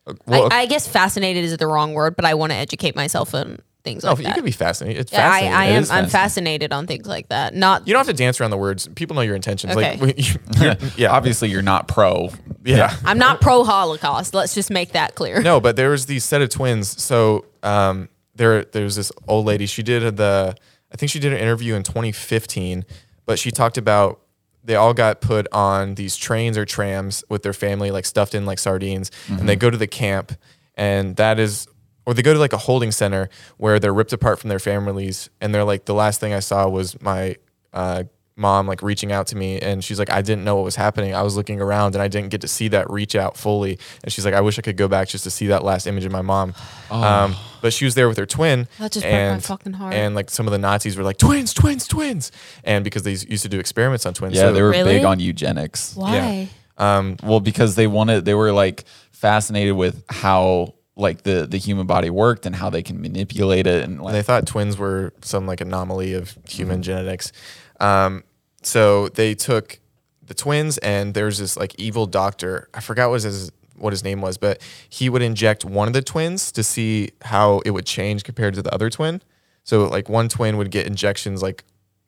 Speaker 2: Uh, Well,
Speaker 3: I, I guess fascinated is the wrong word, but I want to educate myself on things
Speaker 2: no,
Speaker 3: like
Speaker 2: you
Speaker 3: that.
Speaker 2: could be fascinated. It's
Speaker 3: Yeah, I,
Speaker 2: fascinating.
Speaker 3: I
Speaker 1: It
Speaker 3: am.
Speaker 1: is
Speaker 3: I'm
Speaker 1: fascinating.
Speaker 3: fascinated on things like that. Not
Speaker 2: you don't have to dance around the words. People know your intentions.
Speaker 3: Okay.
Speaker 2: Like, you, you're- yeah,
Speaker 1: Obviously, you're not pro.
Speaker 2: yeah.
Speaker 3: I'm not pro Holocaust. Let's just make that clear.
Speaker 2: No, but there was these set of twins. So um, there, there was this old lady. She did the, I think she did an interview in 2015, but she talked about they all got put on these trains or trams with their family, like stuffed in like sardines, and they go to the camp, and that is. Or they go to like a holding center where they're ripped apart from their families, and they're like, the last thing I saw was my uh, mom like reaching out to me and she's like i didn't know what was happening i was looking around and i didn't get to see that reach out fully and she's like i wish i could go back just to see that last image of my mom
Speaker 1: Oh.
Speaker 2: um, but she was there with her twin
Speaker 3: That just broke my
Speaker 2: and,
Speaker 3: fucking heart.
Speaker 2: and like some of the nazis were like twins twins twins and because they used to do experiments on twins
Speaker 1: Yeah,
Speaker 2: so-
Speaker 1: they were
Speaker 3: Really?
Speaker 1: big on eugenics.
Speaker 3: Why?
Speaker 1: Well, because they wanted, they were like fascinated with how like the the human body worked and how they can manipulate it and like
Speaker 2: they thought twins were some like anomaly of
Speaker 1: Mm-hmm.
Speaker 2: human genetics. Um, so they took the twins, and there's this like evil doctor. I forgot what his what his name was, but he would inject one of the twins to see how it would change compared to the other twin. So like one twin would get injections like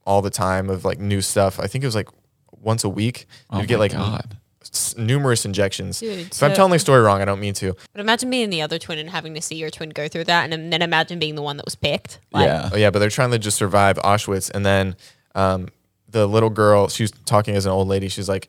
Speaker 2: all the time of like new stuff. I think it was like once a week. You'd get
Speaker 1: Oh my
Speaker 2: like
Speaker 1: God.
Speaker 2: s- numerous injections.
Speaker 3: Dude,
Speaker 2: if I'm
Speaker 3: so-
Speaker 2: telling the story wrong, I don't mean to.
Speaker 3: But imagine being the other twin and having to see your twin go through that, and then imagine being the one that was picked. Like,
Speaker 1: yeah.
Speaker 2: Oh yeah, but they're trying to just survive Auschwitz. And then um, the little girl, she was talking as an old lady. She's like,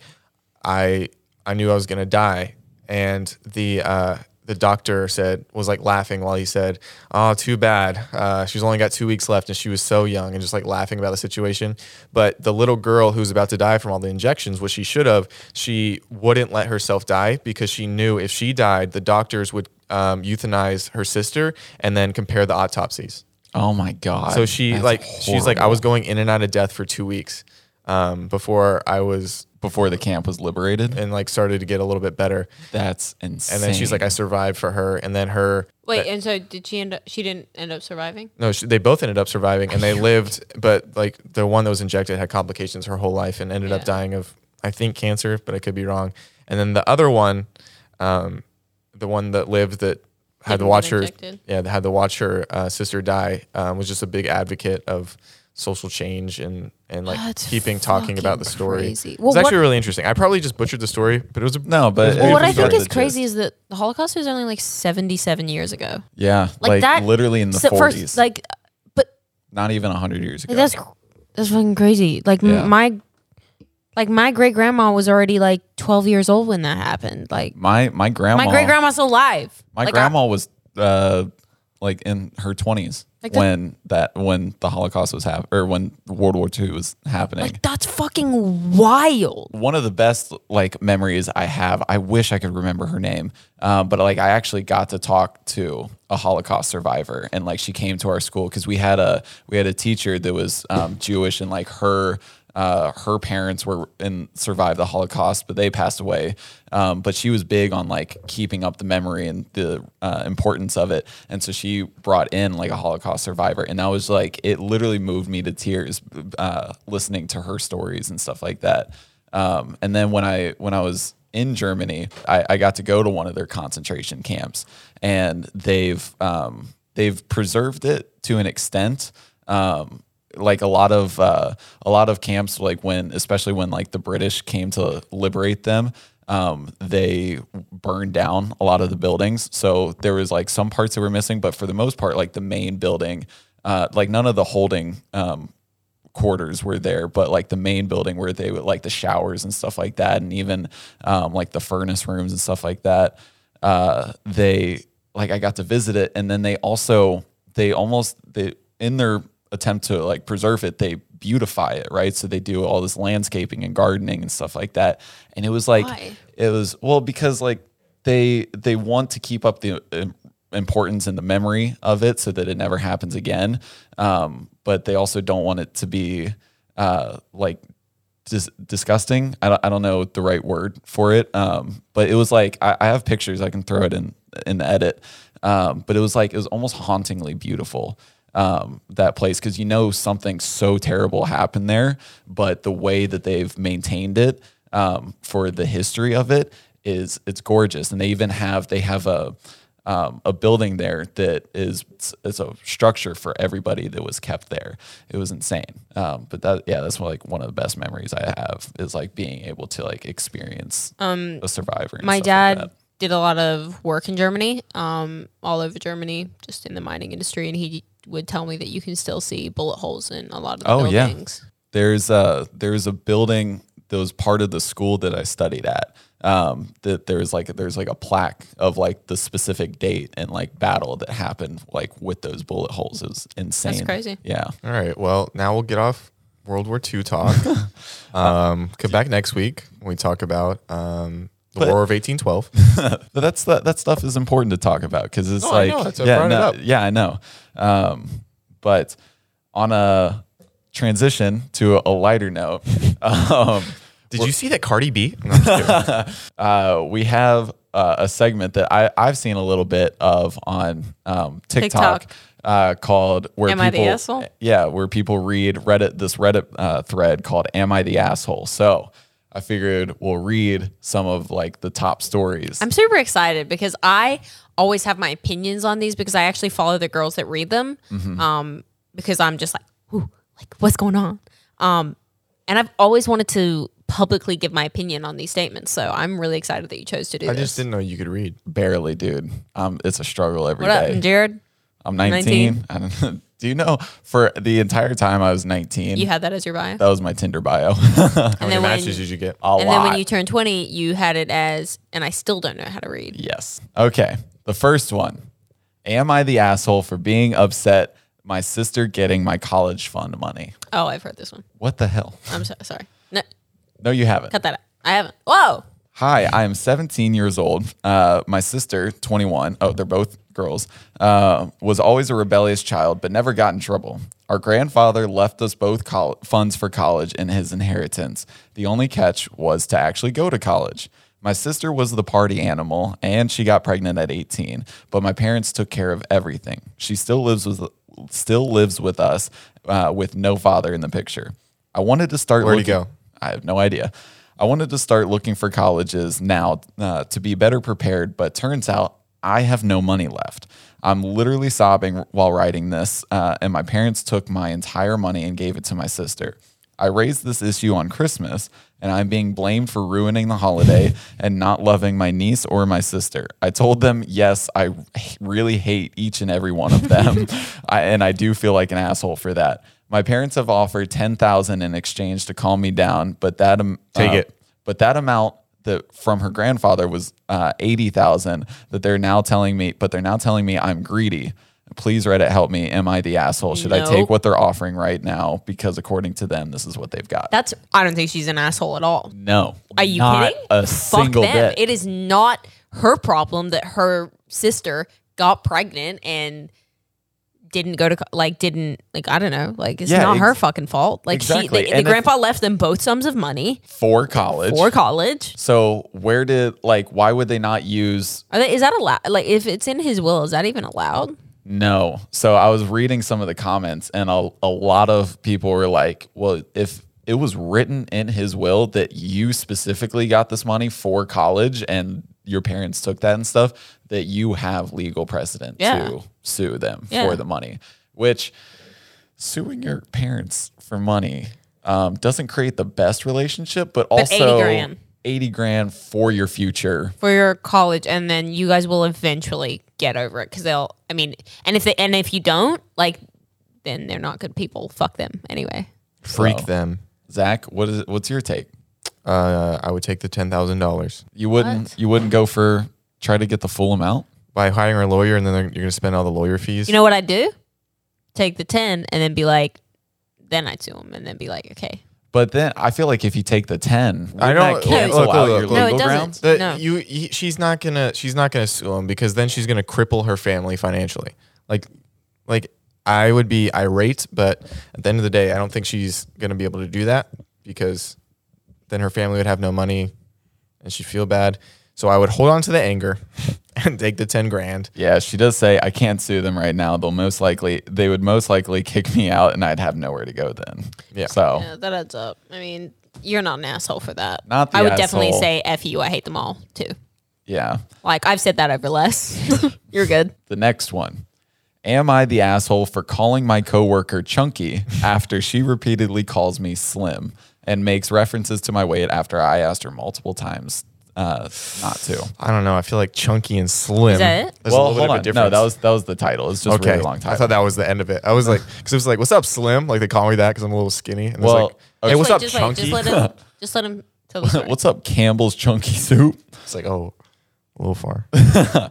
Speaker 2: I I knew I was gonna die. And the uh, the doctor said was like laughing while he said, "Oh, too bad. Uh, she's only got two weeks left, and she was so young." And just like laughing about the situation. But the little girl who's about to die from all the injections, which she should have, she wouldn't let herself die because she knew if she died, the doctors would um, euthanize her sister and then compare the autopsies.
Speaker 1: Oh my god.
Speaker 2: So she
Speaker 1: That's
Speaker 2: like she's like I
Speaker 1: horrible.
Speaker 2: was going in and out of death for two weeks um, before I was
Speaker 1: before the camp was liberated.
Speaker 2: and like started to get a little bit better.
Speaker 1: That's insane.
Speaker 2: And then she's like I survived for her, and then her
Speaker 3: Wait, and so did she end up? She didn't end up surviving.
Speaker 2: no she, they both ended up surviving and they lived, but like the one that was injected had complications her whole life and ended up
Speaker 3: Yeah.
Speaker 2: dying of I think cancer, but I could be wrong. And then the other one, um, the one that lived that had to
Speaker 3: Didn't get
Speaker 2: watch her
Speaker 3: injected.
Speaker 2: yeah that had to watch her uh, sister die um, was just a big advocate of social change and and like
Speaker 3: That's
Speaker 2: keeping talking about the
Speaker 3: fucking
Speaker 2: story
Speaker 3: crazy.
Speaker 2: it's
Speaker 3: Well,
Speaker 2: actually
Speaker 3: what-
Speaker 2: really interesting i probably just butchered the story but it was a
Speaker 1: no, but
Speaker 2: Well,
Speaker 3: Well,
Speaker 1: it
Speaker 3: what I
Speaker 1: was
Speaker 3: think
Speaker 1: the
Speaker 3: is
Speaker 1: gist.
Speaker 3: crazy is that the Holocaust was only like 77 years ago.
Speaker 1: Yeah, like,
Speaker 3: Like, that
Speaker 1: literally in the
Speaker 3: so
Speaker 1: forties.
Speaker 3: first, like, but
Speaker 1: not even hundred years ago.
Speaker 3: Like, that's cr- that's fucking crazy. Like m
Speaker 1: Yeah.
Speaker 3: my like my great grandma was already like 12 years old when that happened. Like
Speaker 1: my my grandma.
Speaker 3: my great grandma's still alive.
Speaker 1: My
Speaker 3: Like, I-
Speaker 1: grandma was uh, like in her twenties
Speaker 3: Like that-
Speaker 1: when that when the Holocaust was happening or when World War II was happening.
Speaker 3: like that's fucking wild.
Speaker 1: one of the best like memories I have. I wish I could remember her name, um, but like I actually got to talk to a Holocaust survivor, and like she came to our school because we had a we had a teacher that was um, Jewish, and like her uh, her parents were and survived the Holocaust, but they passed away. Um, but she was big on like keeping up the memory and the uh, importance of it, and so she brought in like a Holocaust survivor, and that was like it literally moved me to tears uh, listening to her stories and stuff like that. Um, and then when I when I was in Germany, I, I got to go to one of their concentration camps, and they've um, they've preserved it to an extent. Um, like a lot of uh, a lot of camps, like when especially when like the British came to liberate them, um, they burned down a lot of the buildings. So there was like some parts that were missing, but for the most part, like the main building, uh, like none of the holding um, quarters were there, but like the main building where they would like the showers and stuff like that, and even um, like the furnace rooms and stuff like that. Uh, they like I got to visit it, and then they also they almost they in their attempt to like preserve it, they beautify it, right? So they do all this landscaping and gardening and stuff like that, and it was like
Speaker 3: Why?
Speaker 1: it was well because like they they want to keep up the uh, importance and the memory of it so that it never happens again um, but they also don't want it to be uh, like dis- disgusting I don't, I don't know the right word for it um, but it was like I, I have pictures i can throw it in in the edit um, but it was like it was almost hauntingly beautiful um, that place because you know something so terrible happened there, but the way that they've maintained it um, for the history of it is it's gorgeous, and they even have they have a um, a building there that is it's a structure for everybody that was kept there. It was insane, um, but that yeah, that's one, like one of the best memories I have is like being able to like experience um, a survivor. and stuff
Speaker 3: My
Speaker 1: like
Speaker 3: dad
Speaker 1: that.
Speaker 3: did a lot of work in Germany, um, all over Germany, just in the mining industry, and he would tell me that you can still see bullet holes in a lot of the
Speaker 1: Oh, yeah.
Speaker 3: buildings.
Speaker 1: there's a there's a building that was part of the school that I studied at. Um, that there's like there's like a plaque of like the specific date and like battle that happened like with those bullet holes. It was insane.
Speaker 3: crazy.
Speaker 1: Yeah.
Speaker 2: All right. Well, now we'll get off World War II talk. um, come back next week when we talk about um, the
Speaker 1: But-
Speaker 2: War of 1812.
Speaker 1: But that's that that stuff is important to talk about because it's
Speaker 2: No, I
Speaker 1: like
Speaker 2: know, that's why I
Speaker 1: yeah,
Speaker 2: brought it
Speaker 1: no-
Speaker 2: up.
Speaker 1: yeah, I know. Um, but on a transition to a lighter note, um,
Speaker 2: Did you see that Cardi B? No, I'm just kidding.
Speaker 1: uh, we have uh, a segment that I, I've seen a little bit of on um, TikTok,
Speaker 3: TikTok.
Speaker 1: Uh, called where
Speaker 3: Am I the
Speaker 1: people
Speaker 3: asshole?
Speaker 1: yeah where people read Reddit this Reddit uh, thread called Am I the asshole? So I figured we'll read some of like the top stories.
Speaker 3: I'm super excited because I always have my opinions on these because I actually follow the girls that read them.
Speaker 1: Mm-hmm.
Speaker 3: Um, because I'm just like, Ooh, like what's going on? Um, and I've always wanted to publicly give my opinion on these statements, so I'm really excited that you chose to do
Speaker 2: I
Speaker 3: this.
Speaker 2: just didn't know you could read.
Speaker 1: Barely, dude. Um, it's a struggle every
Speaker 3: what up,
Speaker 1: day.
Speaker 3: Jared?
Speaker 1: I'm 19. I don't know. Do you know for the entire time I was 19,
Speaker 3: You had that as your bio,
Speaker 1: that was my Tinder bio.
Speaker 2: How
Speaker 3: And
Speaker 2: many
Speaker 3: then when-
Speaker 2: matches did you get?
Speaker 1: a
Speaker 3: and
Speaker 1: lot.
Speaker 3: then when you turned 20, you had it as, and I still don't know how to read.
Speaker 1: Yes. Okay. The first one. Am I the asshole for being upset my sister getting my college fund money?
Speaker 3: Oh, I've heard this one.
Speaker 1: What the hell?
Speaker 3: I'm so, sorry. No,
Speaker 1: No, you haven't.
Speaker 3: cut that out. I haven't. Whoa.
Speaker 1: Hi, I am 17 years old. Uh, my sister, 21, oh, they're both girls, uh, was always a rebellious child, but never got in trouble. Our grandfather left us both col- funds for college in his inheritance. The only catch was to actually go to college. My sister was the party animal, and she got pregnant at 18, but my parents took care of everything. She still lives with, still lives with us uh, with no father in the picture. I wanted to start
Speaker 2: Where'd he
Speaker 1: looking-
Speaker 2: go?
Speaker 1: I have no idea. I wanted to start looking for colleges now uh, to be better prepared, but turns out I have no money left. I'm literally sobbing while writing this, uh, and my parents took my entire money and gave it to my sister. I raised this issue on Christmas, and I'm being blamed for ruining the holiday and not loving my niece or my sister. I told them, yes, I really hate each and every one of them, I, and I do feel like an asshole for that. My parents have offered ten thousand in exchange to calm me down, but that am-
Speaker 2: Take
Speaker 1: uh,
Speaker 2: it.
Speaker 1: But that amount that from her grandfather was uh, eighty thousand. That they're now telling me, but they're now telling me I'm greedy. Please Reddit help me. Am I the asshole? Should I take
Speaker 3: Nope.
Speaker 1: what they're offering right now? Because according to them, this is what they've got.
Speaker 3: That's, I don't think she's an asshole at all.
Speaker 1: no,
Speaker 3: Are you
Speaker 1: not
Speaker 3: kidding?
Speaker 1: A
Speaker 3: Fuck
Speaker 1: single
Speaker 3: them.
Speaker 1: bit.
Speaker 3: It is not her problem that her sister got pregnant and didn't go to co- like didn't like I don't know like it's
Speaker 1: Yeah,
Speaker 3: not her
Speaker 1: ex-
Speaker 3: fucking fault. Like
Speaker 1: exactly.
Speaker 3: she, the, the
Speaker 1: And if-
Speaker 3: grandpa left them both sums of money
Speaker 1: for college.
Speaker 3: for college.
Speaker 1: so where did like why would they not use
Speaker 3: Are they, is that allowed? Like if it's in his will, is that even allowed?
Speaker 1: No. So I was reading some of the comments, and a, a lot of people were like, well, if it was written in his will that you specifically got this money for college and your parents took that and stuff, that you have legal precedent
Speaker 3: Yeah.
Speaker 1: to sue them
Speaker 3: Yeah.
Speaker 1: for the money, which suing your parents for money um, doesn't create the best relationship, but also
Speaker 3: 80 grand.
Speaker 1: 80 grand for your future.
Speaker 3: for your college and then you guys will eventually get over it because they'll i mean and if they and if you don't like then they're not good people fuck them anyway
Speaker 2: Freak
Speaker 1: So,
Speaker 2: them.
Speaker 1: Zach, what is what's your take?
Speaker 2: Uh, I would take the ten thousand dollars
Speaker 1: You wouldn't
Speaker 3: What?
Speaker 1: you wouldn't go for try to get the full amount?
Speaker 2: by hiring a lawyer, and then they're- you're gonna spend all the lawyer fees.
Speaker 3: You know what I do? Take the ten and then be like, then I sue him and then be like, okay.
Speaker 1: But then I feel like if you take the ten,
Speaker 2: I
Speaker 1: I
Speaker 2: don't-
Speaker 1: don't cancel
Speaker 2: look, look,
Speaker 1: out
Speaker 2: look,
Speaker 1: your
Speaker 2: look.
Speaker 3: No, it
Speaker 1: legal
Speaker 3: doesn't.
Speaker 1: grounds.
Speaker 2: That
Speaker 3: No.
Speaker 2: you, he, she's not gonna, she's not gonna sue him because then she's gonna cripple her family financially. Like, like I would be irate, but at the end of the day, I don't think she's gonna be able to do that because then her family would have no money and she'd feel bad. So I would hold on to the anger and take the ten grand.
Speaker 1: Yeah, she does say I can't sue them right now. They'll most likely they would most likely kick me out and I'd have nowhere to go then.
Speaker 2: Yeah.
Speaker 1: So
Speaker 3: Yeah, that adds up. I mean, you're not an asshole for that.
Speaker 1: Not the
Speaker 3: I would definitely
Speaker 1: asshole.
Speaker 3: say F you, I hate them all too.
Speaker 1: yeah.
Speaker 3: Like I've said that over less. you're good.
Speaker 1: The next one. Am I the asshole for calling my coworker chunky after she repeatedly calls me slim and makes references to my weight after I asked her multiple times uh, not to?
Speaker 2: I don't know. I feel like chunky and slim.
Speaker 3: Is that it?
Speaker 2: There's a little bit of a
Speaker 1: No,
Speaker 2: difference.
Speaker 1: that was that was the title. It's just a really long
Speaker 2: I
Speaker 1: title.
Speaker 2: thought that was the end of it. I was like, because it was like, "What's up, Slim?" Like they call me that because I'm a little skinny. And
Speaker 1: Well,
Speaker 2: it's like, "Hey,
Speaker 1: okay.
Speaker 2: what's
Speaker 3: Wait,
Speaker 2: up,
Speaker 3: just wait,
Speaker 2: chunky?"
Speaker 3: just let him just let him tell the story.
Speaker 1: What's up, Campbell's chunky soup?
Speaker 2: It's like, oh, a little far.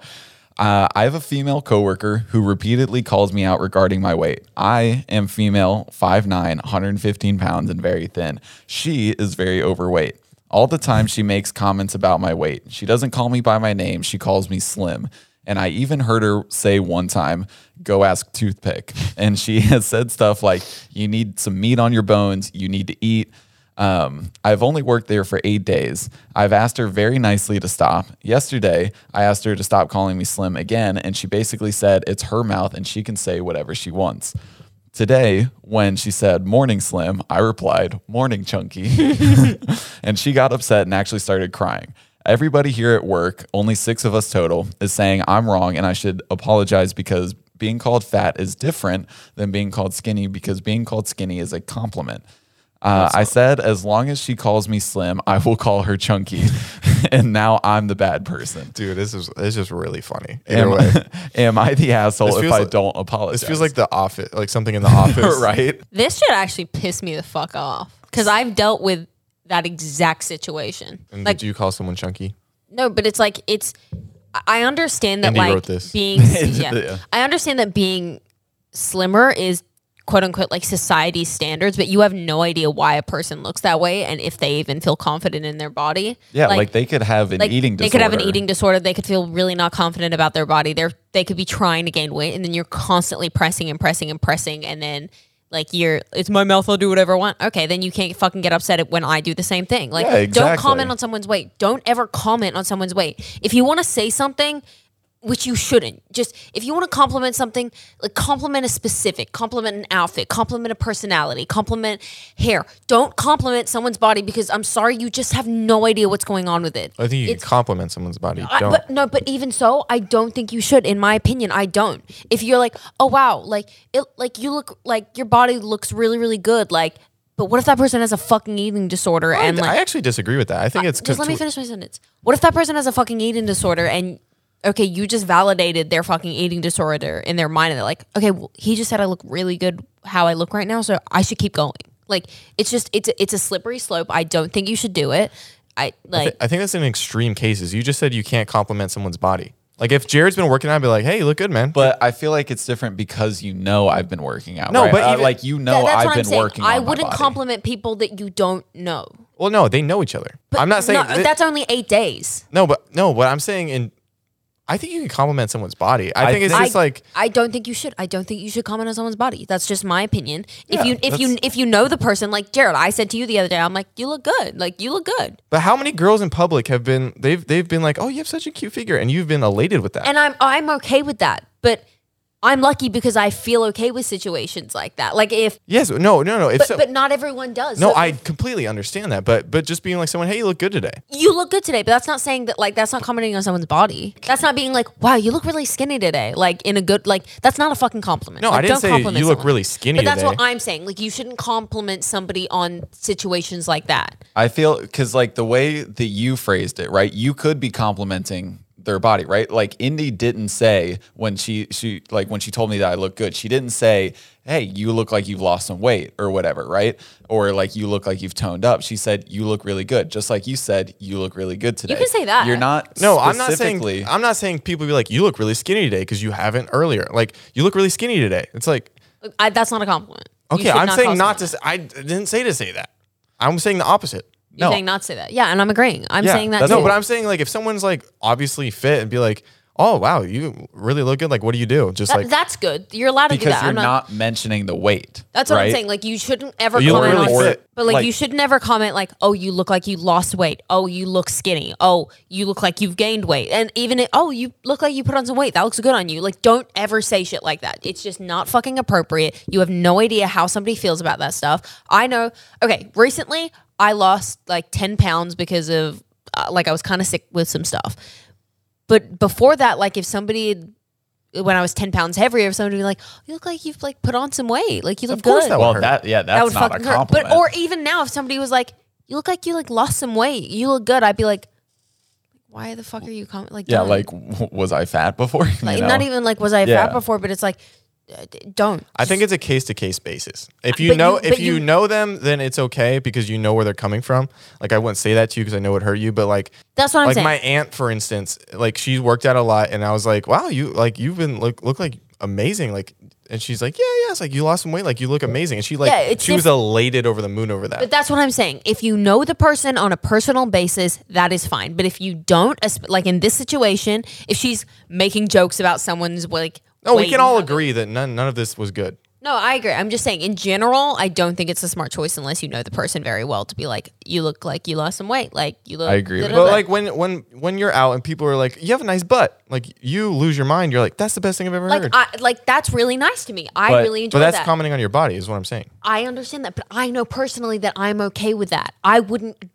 Speaker 1: Uh, I have a female coworker who repeatedly calls me out regarding my weight. I am female, 5'9, 115 pounds, and very thin. She is very overweight. All the time, she makes comments about my weight. She doesn't call me by my name, she calls me slim. And I even heard her say one time, go ask Toothpick. And she has said stuff like, you need some meat on your bones, you need to eat. Um, I've only worked there for eight days. I've asked her very nicely to stop. Yesterday, I asked her to stop calling me Slim again, and she basically said it's her mouth and she can say whatever she wants. Today, when she said morning Slim, I replied morning Chunky, and she got upset and actually started crying. Everybody here at work, only six of us total, is saying I'm wrong and I should apologize because being called fat is different than being called skinny because being called skinny is a compliment. Uh, I said, as long as she calls me slim, I will call her chunky. and now I'm the bad person.
Speaker 2: Dude, this is this is just really funny. Either
Speaker 1: Am,
Speaker 2: way,
Speaker 1: am I the
Speaker 2: This
Speaker 1: asshole if
Speaker 2: feels
Speaker 1: I
Speaker 2: like-
Speaker 1: don't apologize?
Speaker 2: this feels like the office, like something in the office,
Speaker 1: right?
Speaker 3: This should actually piss me the fuck off because I've dealt with that exact situation.
Speaker 2: And
Speaker 3: like,
Speaker 2: did you call someone chunky?
Speaker 3: no, but it's like it's. I understand that
Speaker 2: Andy
Speaker 3: like
Speaker 2: wrote this.
Speaker 3: being yeah,
Speaker 1: Yeah.
Speaker 3: I understand that being slimmer is quote unquote like society standards, but you have no idea why a person looks that way and if they even feel confident in their body.
Speaker 1: Yeah, like, they could have an
Speaker 3: like,
Speaker 1: eating
Speaker 3: they
Speaker 1: disorder.
Speaker 3: could have an eating disorder. They could feel really not confident about their body. They're they could be trying to gain weight, and then you're constantly pressing and pressing and pressing, and then like you're it's my mouth. I'll do whatever I want. Okay, then you can't fucking get upset at when I do the same thing. Like
Speaker 1: Yeah,
Speaker 3: don't
Speaker 1: exactly.
Speaker 3: comment on someone's weight. Don't ever comment on someone's weight. If you want to say something. Which you shouldn't. Just if you want to compliment something, like compliment a specific, compliment an outfit, compliment a personality, compliment hair. Don't compliment someone's body because I'm sorry, you just have no idea what's going on with it.
Speaker 2: I think you
Speaker 3: It's-
Speaker 2: can compliment someone's body.
Speaker 3: I-
Speaker 2: Don't.
Speaker 3: but no, but even so, I don't think you should. In my opinion, I don't. If you're like, oh wow, like it, like you look like your body looks really, really good. Like, but what if that person has a fucking eating disorder
Speaker 2: I,
Speaker 3: and like?
Speaker 2: I actually disagree with that. I think it's because
Speaker 3: just let me finish my sentence. What if that person has a fucking eating disorder and? Okay, you just validated their fucking eating disorder in their mind, and they're like, "Okay, well, he just said I look really good how I look right now, so I should keep going." Like, it's just it's a, it's a slippery slope. I don't think you should do it. I like
Speaker 2: I think that's in extreme cases. You just said you can't compliment someone's body. Like if Jared's been working out, I'd be like, hey, you look good, man.
Speaker 1: But I feel like it's different because you know I've been working out.
Speaker 2: No,
Speaker 1: right?
Speaker 2: but
Speaker 1: Uh,
Speaker 2: even-
Speaker 1: like you know
Speaker 3: Th- that's
Speaker 1: I've
Speaker 3: what I'm
Speaker 1: been
Speaker 3: saying.
Speaker 1: working.
Speaker 3: I
Speaker 1: on my
Speaker 3: wouldn't
Speaker 1: body.
Speaker 3: compliment people that you don't know.
Speaker 2: well, no, they know each other.
Speaker 3: But
Speaker 2: I'm not saying
Speaker 3: no,
Speaker 2: thi-
Speaker 3: that's only eight days.
Speaker 2: no, but no, what I'm saying in. I think you can compliment someone's body. I,
Speaker 1: I
Speaker 2: think it's
Speaker 1: think-
Speaker 2: just like
Speaker 3: I don't think you should. I don't think you should comment on someone's body. That's just my opinion. If
Speaker 1: Yeah,
Speaker 3: you if you if you know the person, like Jared, I said to you the other day, I'm like, you look good. Like you look good,
Speaker 2: But how many girls in public have been they've they've been like, "Oh, you have such a cute figure," and you've been elated with that.
Speaker 3: and I'm I'm okay with that. But I'm lucky because I feel okay with situations like that. Like if,
Speaker 2: yes, no, no, no. If
Speaker 3: but
Speaker 2: so,
Speaker 3: but not everyone does.
Speaker 2: no,
Speaker 3: So
Speaker 2: I completely understand that. But but just being like someone, "Hey, you look good today."
Speaker 3: you look good today, but that's not saying that like that's not commenting on someone's body. That's not being like, wow, you look really skinny today. Like in a good like that's not a fucking compliment.
Speaker 2: No,
Speaker 3: Like,
Speaker 2: I didn't
Speaker 3: don't
Speaker 2: say
Speaker 3: compliment
Speaker 2: you look
Speaker 3: someone.
Speaker 2: really skinny
Speaker 3: But that's
Speaker 2: today.
Speaker 3: what I'm saying. Like you shouldn't compliment somebody on situations like that.
Speaker 1: I feel because like the way that you phrased it, right? You could be complimenting their body, right? Like Indy didn't say when she she like when she told me that I look good, she didn't say, "Hey, you look like you've lost some weight" or whatever, right? Or like you look like you've toned up. She said, "You look really good," just like you said, "You look really good today."
Speaker 3: can say that.
Speaker 1: You're not.
Speaker 2: No, I'm not
Speaker 1: specifically-
Speaker 2: saying I'm not saying people be like, you look really skinny today because you haven't earlier. Like you look really skinny today. It's like
Speaker 3: Look, I, that's not a compliment. You
Speaker 2: okay,
Speaker 3: should
Speaker 2: I'm
Speaker 3: call
Speaker 2: saying not
Speaker 3: someone
Speaker 2: to.
Speaker 3: that.
Speaker 2: Say, I didn't say to say that. I'm saying the opposite.
Speaker 3: You're
Speaker 2: no,
Speaker 3: saying not to say that. Yeah, and I'm agreeing. I'm
Speaker 2: Yeah,
Speaker 3: saying that.
Speaker 2: that's- No,
Speaker 3: too.
Speaker 2: but I'm saying like if someone's like obviously fit and be like, oh wow, you really look good. Like what do you do? Just
Speaker 3: That-
Speaker 2: like
Speaker 3: that's good. You're allowed to do
Speaker 1: because
Speaker 3: that.
Speaker 1: you're
Speaker 3: I'm
Speaker 1: not,
Speaker 3: not
Speaker 1: mentioning the weight.
Speaker 3: That's what I'm
Speaker 1: right?
Speaker 3: saying. Like you shouldn't ever
Speaker 2: You look
Speaker 3: comment
Speaker 2: really
Speaker 3: on
Speaker 2: fit.
Speaker 3: But like,
Speaker 1: Like-
Speaker 3: you should never comment like, "Oh, you look like you lost weight. Oh, you look skinny. Oh, you look like you've gained weight." And even it, "Oh, you look like you put on some weight. That looks good on you." Like don't ever say shit like that. It's just not fucking appropriate. You have no idea how somebody feels about that stuff. I know. Okay, recently I lost like 10 pounds because of uh, like I was kind of sick with some stuff. But before that, like if somebody had when I was ten pounds heavier, if somebody would be like, "You look like you've like put on some weight. Like you look
Speaker 2: Of course
Speaker 3: good."
Speaker 2: that would
Speaker 1: Well,
Speaker 2: hurt.
Speaker 1: that yeah, that's
Speaker 3: that would
Speaker 1: not a
Speaker 3: fucking hurt.
Speaker 1: compliment.
Speaker 3: But or even now, if somebody was like, "You look like you like lost some weight. You look good," I'd be like, "Why the fuck are you comment like
Speaker 1: yeah,
Speaker 3: don't."
Speaker 1: like w- was I fat before? You
Speaker 3: Like,
Speaker 1: know?
Speaker 3: not even like was I
Speaker 1: Yeah.
Speaker 3: fat before?" But it's like, uh, d- don't.
Speaker 2: I think it's a case to case basis. If you
Speaker 3: Uh, But
Speaker 2: know
Speaker 3: you-
Speaker 2: if
Speaker 3: but
Speaker 2: you,
Speaker 3: you-
Speaker 2: know them, then it's okay because you know where they're coming from. Like I wouldn't say that to you because I know it hurt you, but like
Speaker 3: That's what I'm
Speaker 2: like
Speaker 3: saying.
Speaker 2: my aunt for instance, like she worked out a lot, and I was like, wow, you like you've been look look like amazing, like. And she's like, yeah, yeah. It's like you lost some weight, like you look amazing. And she like,
Speaker 3: Yeah, it's
Speaker 2: she was elated over the moon over that.
Speaker 3: But that's what I'm saying. If you know the person on a personal basis, that is fine. But if you don't, esp- like in this situation, if she's making jokes about someone's like,
Speaker 2: no, we
Speaker 3: weight
Speaker 2: can
Speaker 3: and
Speaker 2: all
Speaker 3: how-
Speaker 2: agree that none none of this was good.
Speaker 3: No, I agree. I'm just saying, in general, I don't think it's a smart choice unless you know the person very well to be like, you look like you lost some weight. Like, you look.
Speaker 1: I agree with
Speaker 3: da-da-da."
Speaker 2: But like when when when you're out and people are like, you have a nice butt, like you lose your mind. You're like, that's the best thing I've ever
Speaker 3: Like,
Speaker 2: heard.
Speaker 3: I, like that's really nice to me. I
Speaker 1: But-
Speaker 3: really enjoy
Speaker 2: but that's
Speaker 3: that.
Speaker 2: commenting on your body is what I'm saying.
Speaker 3: I understand that, but I know personally that I'm okay with that. I wouldn't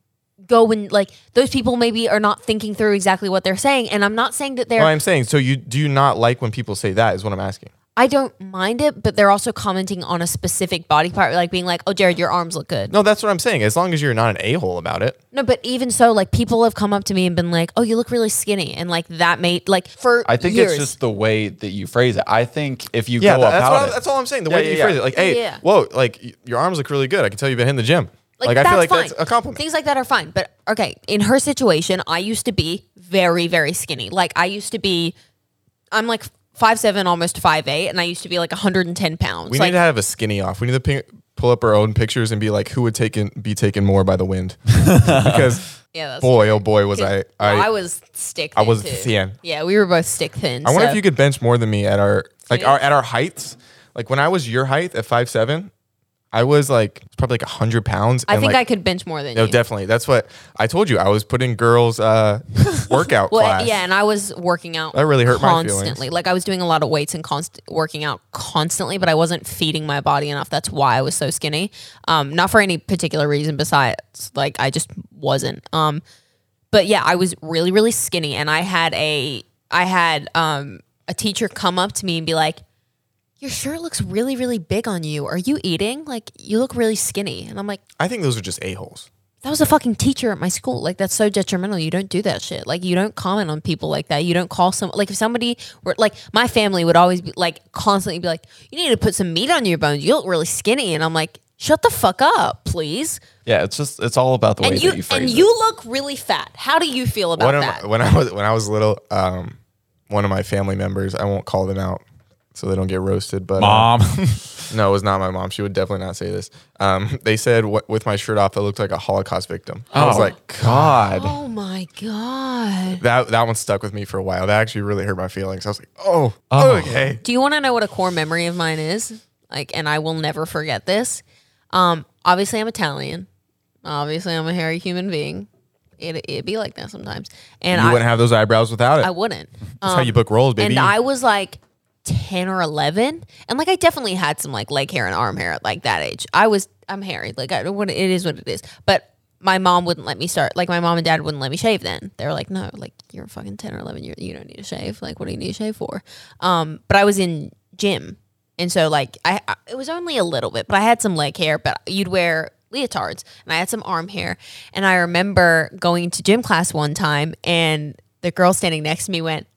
Speaker 3: go and like those people maybe are not thinking through exactly what they're saying, and I'm not saying that they're.
Speaker 2: No, I'm saying so. You do you not like when people say that? Is what I'm asking.
Speaker 3: I don't mind it, but they're also commenting on a specific body part, like being like, "Oh, Jared, your arms look good."
Speaker 2: No, that's what I'm saying. As long as you're not an a hole about it.
Speaker 3: No, but even so, like people have come up to me and been like, "Oh, you look really skinny," and like that made like for
Speaker 1: I think
Speaker 3: years.
Speaker 1: it's just the way that you phrase it. I think if you go
Speaker 2: that- that's,
Speaker 1: about
Speaker 2: what I-
Speaker 1: it,
Speaker 2: that's all I'm saying. The
Speaker 1: Yeah,
Speaker 2: way that
Speaker 1: yeah,
Speaker 2: you phrase
Speaker 1: yeah.
Speaker 2: it, like, hey,
Speaker 3: Yeah.
Speaker 2: whoa, like y- your arms look really good. I can tell you've been hitting the gym. Like, I feel like that's a compliment.
Speaker 3: Things like that are fine, but okay. In her situation, I used to be very, very skinny. Like I used to be, I'm like five seven, almost five eight, and I used to be like 110 pounds.
Speaker 2: we
Speaker 3: like,
Speaker 2: need to have a skinny off. We need to ping, pull up our own pictures and be like, who would take in, be taken more by the wind? because
Speaker 3: yeah, that's
Speaker 2: boy, oh boy, was I. I,
Speaker 3: Well, I was stick. Thin
Speaker 2: was
Speaker 3: too.
Speaker 2: thin.
Speaker 3: Yeah, we were both stick thin.
Speaker 2: I wonder
Speaker 3: so-
Speaker 2: if you could bench more than me at our like our at our heights. Like when I was your height at five seven, I was like probably like hundred pounds.
Speaker 3: I
Speaker 2: and,
Speaker 3: think
Speaker 2: like,
Speaker 3: I could bench more than
Speaker 2: No,
Speaker 3: you.
Speaker 2: definitely. That's what I told you. I was putting girls' uh, workout
Speaker 3: Well,
Speaker 2: class.
Speaker 3: yeah, and I was working out.
Speaker 2: That really hurt my feelings.
Speaker 3: constantly. Like I was doing a lot of weights and const- working out constantly, but I wasn't feeding my body enough. That's why I was so skinny. Um, not for any particular reason besides like I just wasn't. Um, but yeah, I was really really skinny, and I had a I had um a teacher come up to me and be like. Your shirt looks really, really big on you. Are you eating? Like, you look really skinny. And I'm like,
Speaker 2: I think those are just a holes.
Speaker 3: that was a fucking teacher at my school. Like that's so detrimental. You don't do that shit. Like you don't comment on people like that. You don't call some like if somebody were like my family would always be like constantly be like, You need to put some meat on your bones. You look really skinny and I'm like, Shut the fuck up, please.
Speaker 1: yeah, it's just it's all about the way
Speaker 3: And you,
Speaker 1: that you phrase
Speaker 3: and
Speaker 1: it.
Speaker 3: you look really fat. How do you feel about
Speaker 2: One of,
Speaker 3: that?
Speaker 2: when I was when I was little, um, one of my family members. I won't call them out so they don't get roasted. But uh,
Speaker 1: Mom,
Speaker 2: no, it was not my mom. She would definitely not say this. Um, they said what, with my shirt off, I looked like a Holocaust victim. I was
Speaker 1: Oh,
Speaker 2: like, God.
Speaker 3: oh my God.
Speaker 2: That that one stuck with me for a while. That actually really hurt my feelings. I was like, oh, okay.
Speaker 3: Do you want to know what a core memory of mine is? Like, and I will never forget this. Um, obviously, I'm Italian. Obviously, I'm a hairy human being. It it'd be like that sometimes, and
Speaker 2: You
Speaker 3: I
Speaker 2: wouldn't have those eyebrows without it.
Speaker 3: I wouldn't.
Speaker 2: That's how you book roles, baby.
Speaker 3: And I was like ten or eleven, and like I definitely had some like leg hair and arm hair at like that age. I was I'm hairy. Like I don't want it is what it is, but. My mom wouldn't let me start. Like my mom and dad wouldn't let me shave. Then they were like, "No, like you're fucking ten or eleven. You you don't need to shave. Like what do you need to shave for?" Um, but I was in gym, and so like I, I it was only a little bit, but I had some leg hair, but you'd wear leotards and I had some arm hair. And I remember going to gym class one time and the girl standing next to me went,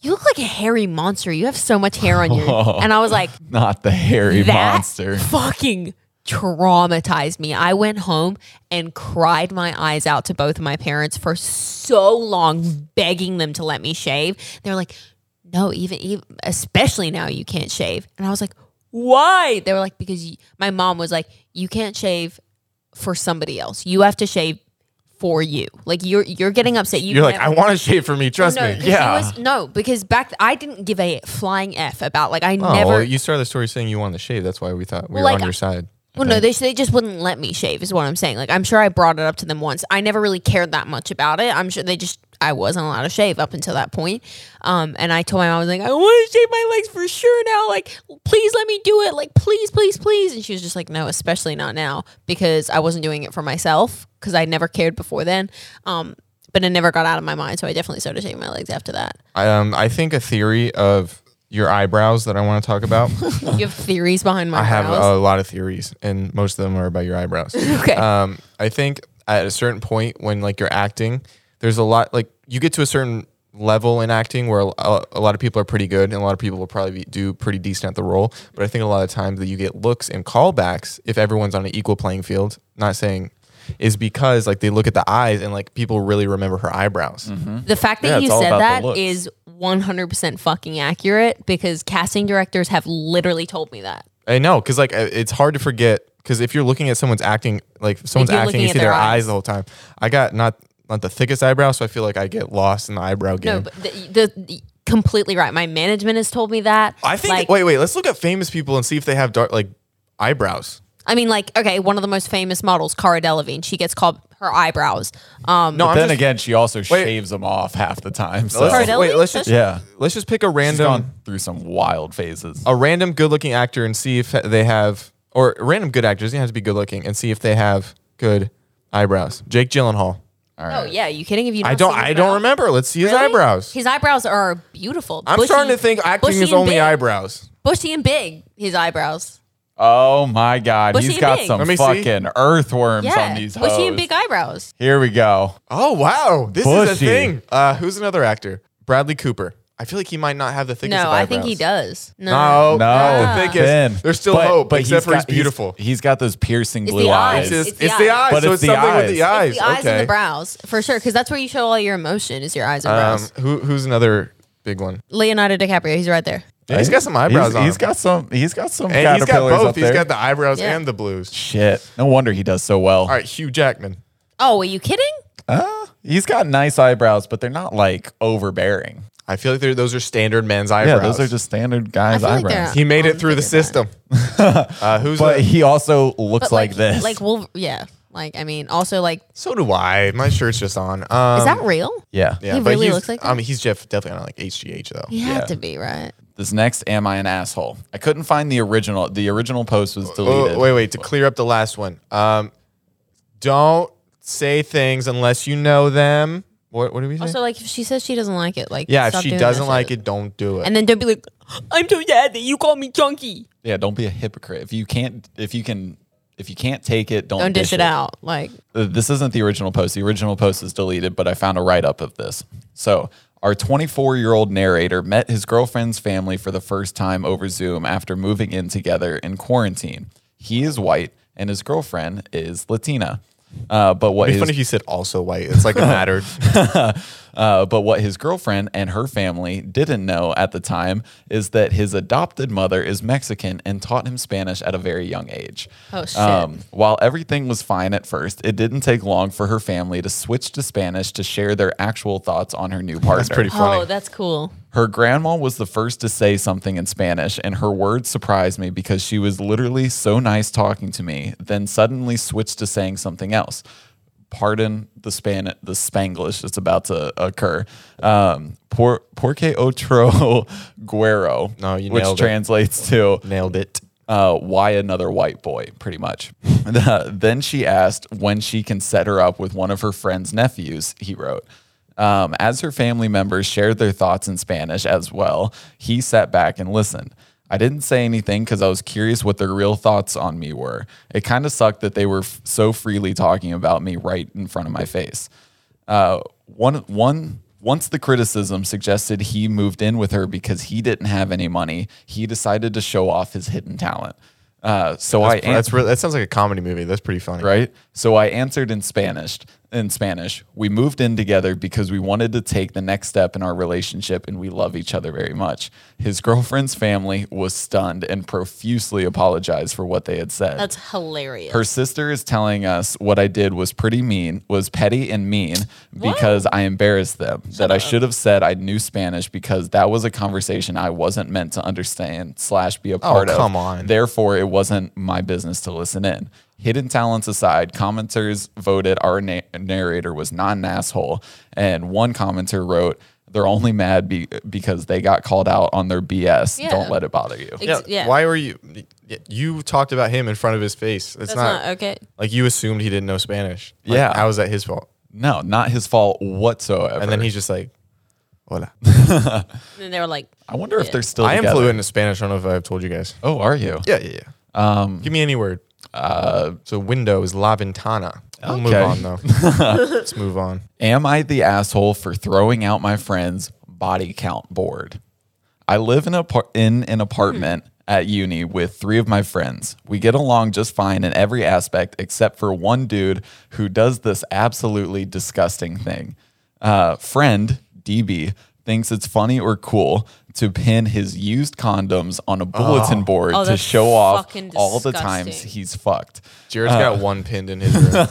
Speaker 3: "You look like a hairy monster. You have so much hair on you." And I was like,
Speaker 1: Not the hairy
Speaker 3: that
Speaker 1: monster.
Speaker 3: fucking traumatized me. I went home and cried my eyes out to both of my parents for so long, begging them to let me shave. They're like, no, even, even especially now you can't shave. And I was like, why? They were like, because you, my mom was like, you can't shave for somebody else. You have to shave for you. Like you're you're getting upset. You
Speaker 2: You're like,
Speaker 3: never-
Speaker 2: I want to shave for me. Trust
Speaker 3: no,
Speaker 2: me.
Speaker 3: she was- no, because back I didn't give a flying f about like I
Speaker 2: Oh,
Speaker 3: never.
Speaker 2: well, you started the story saying you wanted to shave. That's why we thought we
Speaker 3: Well,
Speaker 2: were
Speaker 3: like,
Speaker 2: on your side.
Speaker 3: Well, no, they, they just wouldn't let me shave, is what I'm saying. Like, I'm sure I brought it up to them once. I never really cared that much about it. I'm sure they just, I wasn't allowed to shave up until that point. Um, and I told my mom, I was like, I want to shave my legs for sure now. Like, please let me do it. Like, please, please, please. And she was just like, no, especially not now because I wasn't doing it for myself because I never cared before then. Um, but it never got out of my mind. So I definitely started shaving my legs after that.
Speaker 2: I, um, I think a theory of your eyebrows that I want to talk about.
Speaker 3: you have theories behind my
Speaker 2: I have
Speaker 3: brows?
Speaker 2: a lot of theories, and most of them are about your eyebrows.
Speaker 3: Okay.
Speaker 2: Um, I think at a certain point when like you're acting, there's a lot like you get to a certain level in acting where a, a lot of people are pretty good and a lot of people will probably be, do pretty decent at the role. But I think a lot of times that you get looks and callbacks if everyone's on an equal playing field. Not saying is because like they look at the eyes and like people really remember her eyebrows.
Speaker 3: The fact that
Speaker 1: Yeah,
Speaker 3: you
Speaker 1: it's all
Speaker 3: said
Speaker 1: about the
Speaker 3: that
Speaker 1: looks.
Speaker 3: is 100% fucking accurate because casting directors have literally told me that.
Speaker 2: I know, because like uh, it's hard to forget. Because if you're looking at someone's acting, like if someone's
Speaker 3: you're
Speaker 2: acting,
Speaker 3: looking
Speaker 2: you
Speaker 3: at
Speaker 2: see
Speaker 3: their
Speaker 2: their
Speaker 3: eyes.
Speaker 2: eyes the whole time. I got not not the thickest eyebrow, so I feel like I get lost in the eyebrow game.
Speaker 3: No, but the, the, completely right. My management has told me that.
Speaker 2: I think.
Speaker 3: Like,
Speaker 2: wait, wait. Let's look at famous people and see if they have dark like eyebrows.
Speaker 3: I mean, like, okay, one of the most famous models, Cara Delevingne, she gets called her eyebrows. Um,
Speaker 2: No, I'm
Speaker 1: Then
Speaker 2: just,
Speaker 1: again, she also shaves them off half the time. So
Speaker 2: Let's just,
Speaker 3: Cardell-
Speaker 2: wait, let's
Speaker 3: That's-
Speaker 2: just
Speaker 1: yeah,
Speaker 2: let's just pick a
Speaker 1: she's
Speaker 2: random
Speaker 1: gone through some wild phases.
Speaker 2: a random good looking actor and see if they have or a random good actor doesn't have to be good looking and see if they have good eyebrows. Jake Gyllenhaal.
Speaker 3: oh, yeah. You kidding if you
Speaker 2: I don't.
Speaker 3: see his
Speaker 2: I don't
Speaker 3: brow?
Speaker 2: remember. Let's see his
Speaker 3: Really?
Speaker 2: eyebrows.
Speaker 3: His eyebrows are beautiful.
Speaker 2: I'm
Speaker 3: bushy-
Speaker 2: starting to think acting
Speaker 3: bushy
Speaker 2: is
Speaker 3: and
Speaker 2: only
Speaker 3: big.
Speaker 2: eyebrows.
Speaker 3: Bushy and big, his eyebrows.
Speaker 1: Oh my God,
Speaker 3: Bushy
Speaker 1: he's
Speaker 3: and
Speaker 1: got
Speaker 3: big.
Speaker 1: some
Speaker 2: Let me see.
Speaker 1: fucking earthworms
Speaker 3: Yeah.
Speaker 1: on these hoes.
Speaker 3: Bushy and big eyebrows.
Speaker 1: Here we go.
Speaker 2: Oh wow, this is
Speaker 1: Bushy.
Speaker 2: a thing. Uh, who's another actor? Bradley Cooper. I feel like he might not have the thickest.
Speaker 3: No, I
Speaker 2: eyebrows.
Speaker 3: think he does. Ah. No.
Speaker 2: No,
Speaker 1: No,
Speaker 2: not Oh, the thickest.
Speaker 1: thin.
Speaker 2: There's still
Speaker 1: But-
Speaker 2: hope,
Speaker 1: but he's
Speaker 2: except for
Speaker 1: got-
Speaker 2: he's beautiful.
Speaker 1: He's got those piercing
Speaker 3: It's
Speaker 1: blue
Speaker 3: the eyes.
Speaker 1: eyes.
Speaker 2: It's,
Speaker 3: the
Speaker 2: it's the
Speaker 3: eyes.
Speaker 2: eyes,
Speaker 1: But
Speaker 2: so
Speaker 1: it's
Speaker 2: it's,
Speaker 1: the
Speaker 2: something with the eyes.
Speaker 3: It's the eyes
Speaker 2: okay.
Speaker 3: and the brows for sure, because that's where you show all your emotion is your eyes and
Speaker 2: Um,
Speaker 3: brows.
Speaker 2: who, who's another big one?
Speaker 3: Leonardo DiCaprio, he's right there.
Speaker 2: Yeah, he's got some eyebrows
Speaker 1: He's-
Speaker 2: on.
Speaker 1: He's
Speaker 2: him.
Speaker 1: got some. He's got some.
Speaker 2: And he's got
Speaker 1: caterpillars
Speaker 2: both.
Speaker 1: Up
Speaker 2: He's
Speaker 1: there.
Speaker 2: got the eyebrows
Speaker 3: Yeah.
Speaker 2: and the blues.
Speaker 1: Shit. No wonder he does so well.
Speaker 2: All right, Hugh Jackman.
Speaker 3: Oh, are you kidding?
Speaker 1: Uh, he's got nice eyebrows, but they're not like overbearing.
Speaker 2: I feel like they're- those are standard man's
Speaker 1: Yeah,
Speaker 2: eyebrows.
Speaker 1: those are just standard
Speaker 3: I
Speaker 1: guys'
Speaker 3: feel like they're
Speaker 1: eyebrows.
Speaker 2: He made
Speaker 3: Um,
Speaker 2: it through the
Speaker 3: bigger than-
Speaker 2: system. uh, who's
Speaker 1: but
Speaker 2: the-
Speaker 1: he also looks like, this.
Speaker 3: Like Wolver- yeah. Like I mean, also like
Speaker 2: so do I. My shirt's just on. Um,
Speaker 3: is that real?
Speaker 1: yeah.
Speaker 2: Yeah,
Speaker 3: He
Speaker 2: but
Speaker 3: really
Speaker 2: he's-
Speaker 3: looks like that?
Speaker 2: I mean, he's Jeff definitely on like HGH though.
Speaker 3: You have
Speaker 1: Yeah.
Speaker 3: to be right.
Speaker 1: This next, am I an asshole? I couldn't find the original. The original post was deleted.
Speaker 2: Oh, wait, wait. To clear up the last one, um, don't say things unless you know them. What, what did we say?
Speaker 3: Also, like if she says she doesn't like it, like
Speaker 2: yeah, if
Speaker 3: stop
Speaker 2: she
Speaker 3: doing that
Speaker 2: doesn't like
Speaker 3: shit.
Speaker 2: it, don't do it.
Speaker 3: and then don't be like, I'm so sad that you call me chunky.
Speaker 1: Yeah, don't be a hypocrite. If you can't, if you can, if you can't take it, don't,
Speaker 3: Don't dish it out. Like
Speaker 1: Uh, this isn't the original post. The original post is deleted, but I found a write up of this. So, our 24 year old narrator met his girlfriend's family for the first time over Zoom after moving in together in quarantine. He is white and his girlfriend is Latina. Uh, but what
Speaker 2: It'd be
Speaker 1: his-
Speaker 2: funny if you said also white. It's like a mattered.
Speaker 1: uh, but what his girlfriend and her family didn't know at the time is that his adopted mother is Mexican and taught him Spanish at a very young age. Um,
Speaker 3: Oh, shit.
Speaker 1: while everything was fine at first, it didn't take long for her family to switch to Spanish to share their actual thoughts on her new partner.
Speaker 2: pretty
Speaker 3: oh, that's cool.
Speaker 1: Her grandma was the first to say something in Spanish, and her words surprised me because she was literally so nice talking to me, then suddenly switched to saying something else. Pardon the span the Spanglish that's about to occur. Um, por porque otro guero,
Speaker 2: No, you
Speaker 1: which
Speaker 2: nailed it.
Speaker 1: translates to
Speaker 2: Nailed it.
Speaker 1: uh, why another white boy, pretty much. then she asked when she can set her up with one of her friend's nephews, he wrote. Um, as her family members shared their thoughts in Spanish as well, he sat back and listened. I didn't say anything because I was curious what their real thoughts on me were. It kind of sucked that they were f- so freely talking about me right in front of my face. Uh, one, one Once the criticism suggested he moved in with her because he didn't have any money, he decided to show off his hidden talent. Uh, so I
Speaker 2: That's, that's really, that sounds like a comedy movie. That's pretty funny.
Speaker 1: right? So I answered in Spanish. In Spanish, we moved in together because we wanted to take the next step in our relationship and we love each other very much. His girlfriend's family was stunned and profusely apologized for what they had said.
Speaker 3: That's hilarious.
Speaker 1: her sister is telling us what I did was pretty mean, was petty and mean because I embarrassed them. that I should have said I knew Spanish because that was a conversation I wasn't meant to understand slash be a part of.
Speaker 2: Oh, come on.
Speaker 1: Therefore, it wasn't my business to listen in. Hidden talents aside, commenters voted our na- narrator was not an asshole. And one commenter wrote, they're only mad be- because they got called out on their BS.
Speaker 3: Yeah.
Speaker 1: Don't let it bother you.
Speaker 3: Ex-
Speaker 2: Yeah.
Speaker 3: yeah.
Speaker 2: Why were you? You talked about him in front of his face. It's
Speaker 3: That's
Speaker 2: not,
Speaker 3: not, okay.
Speaker 2: like you assumed he didn't know Spanish. Like,
Speaker 1: Yeah.
Speaker 2: How is that his fault?
Speaker 1: No, not his fault whatsoever.
Speaker 2: And then he's just like, hola.
Speaker 3: And then they were like,
Speaker 1: I wonder if they're still
Speaker 2: I am
Speaker 1: together.
Speaker 2: fluent in Spanish. I don't know if I've told you guys.
Speaker 1: Oh, are you?
Speaker 2: Yeah, yeah, yeah. Um, Give me any word. Uh, so window is la ventana. We'll move
Speaker 1: Okay.
Speaker 2: on though. Let's move on.
Speaker 1: Am I the asshole for throwing out my friend's body count board? I live in a par- in an
Speaker 3: Hmm.
Speaker 1: apartment at uni with three of my friends. We get along just fine in every aspect except for one dude who does this absolutely disgusting thing. Uh, friend DB thinks it's funny or cool to pin his used condoms on a bulletin board
Speaker 3: Oh,
Speaker 1: to
Speaker 3: that's
Speaker 1: show off
Speaker 3: fucking
Speaker 1: all the times
Speaker 3: disgusting.
Speaker 1: he's fucked. Uh,
Speaker 2: Jared's got one pinned in his room.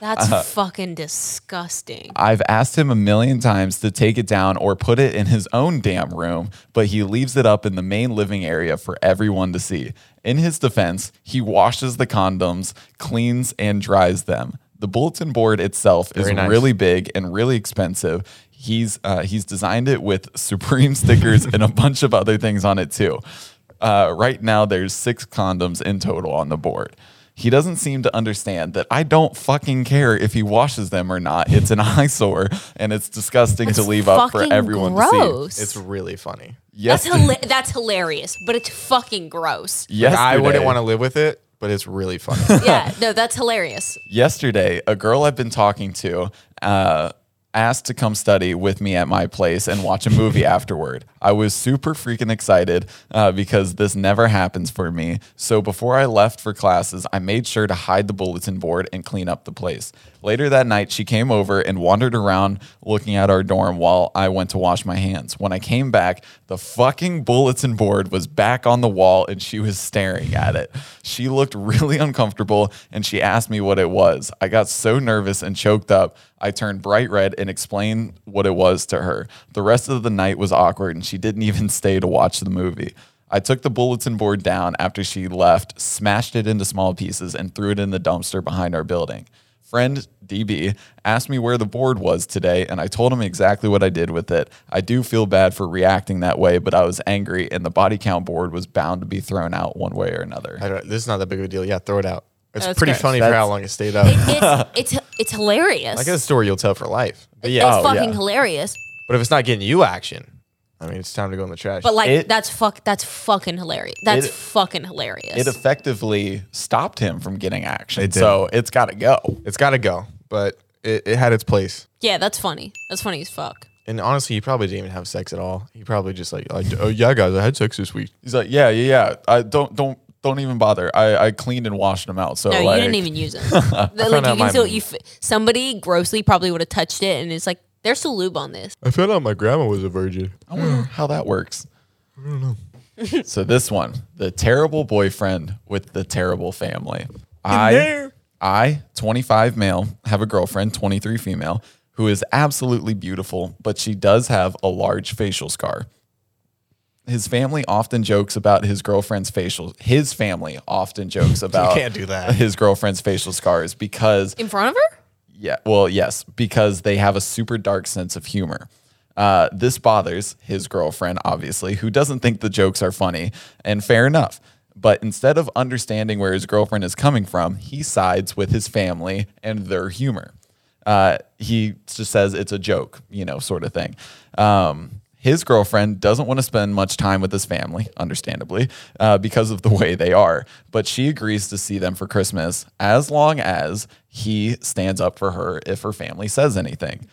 Speaker 3: that's fucking disgusting.
Speaker 1: I've asked him a million times to take it down or put it in his own damn room, but he leaves it up in the main living area for everyone to see. In his defense, he washes the condoms, cleans, and dries them. The bulletin board itself is
Speaker 2: Very nice.
Speaker 1: really big and really expensive. He's uh, he's designed it with Supreme stickers and a bunch of other things on it too. Uh, right now, there's six condoms in total on the board. He doesn't seem to understand that I don't fucking care if he washes them or not. It's an eyesore and it's disgusting to leave up for
Speaker 3: Fucking
Speaker 1: everyone to see.
Speaker 3: gross.
Speaker 2: It's really funny.
Speaker 1: Yes,
Speaker 3: that's, hila- that's hilarious, but it's fucking gross.
Speaker 2: Like, I wouldn't
Speaker 1: yesterday-
Speaker 2: want to live with it, but it's really funny.
Speaker 3: yeah, no, that's hilarious.
Speaker 1: yesterday, a girl I've been talking to uh, asked to come study with me at my place and watch a movie afterward. I was super freaking excited uh, because this never happens for me. So before I left for classes, I made sure to hide the bulletin board and clean up the place. Later that night, she came over and wandered around looking at our dorm while I went to wash my hands. When I came back, the fucking bulletin board was back on the wall and she was staring at it. She looked really uncomfortable and she asked me what it was. I got so nervous and choked up. I turned bright red and explained what it was to her. The rest of the night was awkward and she didn't even stay to watch the movie. I took the bulletin board down after she left, smashed it into small pieces, and threw it in the dumpster behind our building. Friend DB asked me where the board was today, and I told him exactly what I did with it. I do feel bad for reacting that way, but I was angry, and the body count board was bound to be thrown out one way or another.
Speaker 2: I don't, this is not that big of a deal. Yeah, throw it out. It's
Speaker 3: That's
Speaker 2: pretty
Speaker 3: gross.
Speaker 2: funny for how
Speaker 1: That's-
Speaker 2: long it stayed up.
Speaker 3: It's it's it's hilarious.
Speaker 2: Like a story you'll tell for life. But yeah,
Speaker 3: it's
Speaker 1: oh,
Speaker 3: fucking
Speaker 1: yeah.
Speaker 3: hilarious.
Speaker 2: but if it's not getting you action, I mean, it's time to go in the trash.
Speaker 3: But like
Speaker 1: It-
Speaker 3: that's fuck that's fucking hilarious. That's
Speaker 1: It-
Speaker 3: fucking hilarious.
Speaker 1: It effectively stopped him from getting action, so it's got to go.
Speaker 2: it's got to go. But it, it had its place.
Speaker 3: yeah, that's funny. That's funny as fuck.
Speaker 2: And honestly, he probably didn't even have sex at all. He probably just like, like oh yeah, guys, I had sex this week.
Speaker 1: He's like, yeah, yeah, yeah. I don't, don't, don't even bother. I, I cleaned and washed them out. So
Speaker 3: No,
Speaker 1: like,
Speaker 3: you didn't even use it. like you
Speaker 2: out
Speaker 3: can
Speaker 2: my-
Speaker 3: still you f- somebody grossly probably would have touched it and it's like there's still lube on this.
Speaker 2: I found out my grandma was a virgin.
Speaker 1: I wonder how that works. I don't know. so this one, the terrible boyfriend with the terrible family. I,
Speaker 2: there.
Speaker 1: I, 25 male, have a girlfriend, 23 female, who is absolutely beautiful, but she does have a large facial scar. His family often jokes about his girlfriend's facial. His family often jokes about
Speaker 2: can't do that.
Speaker 1: his girlfriend's facial scars because
Speaker 3: In front of her?
Speaker 1: yeah, well, yes, because they have a super dark sense of humor. Uh, this bothers his girlfriend, obviously, who doesn't think the jokes are funny, and fair enough. But instead of understanding where his girlfriend is coming from, he sides with his family and their humor. Uh, he just says it's a joke, you know, sort of thing. Um, his girlfriend doesn't want to spend much time with his family, understandably, uh, because of the way they are, but she agrees to see them for Christmas as long as he stands up for her if her family says anything.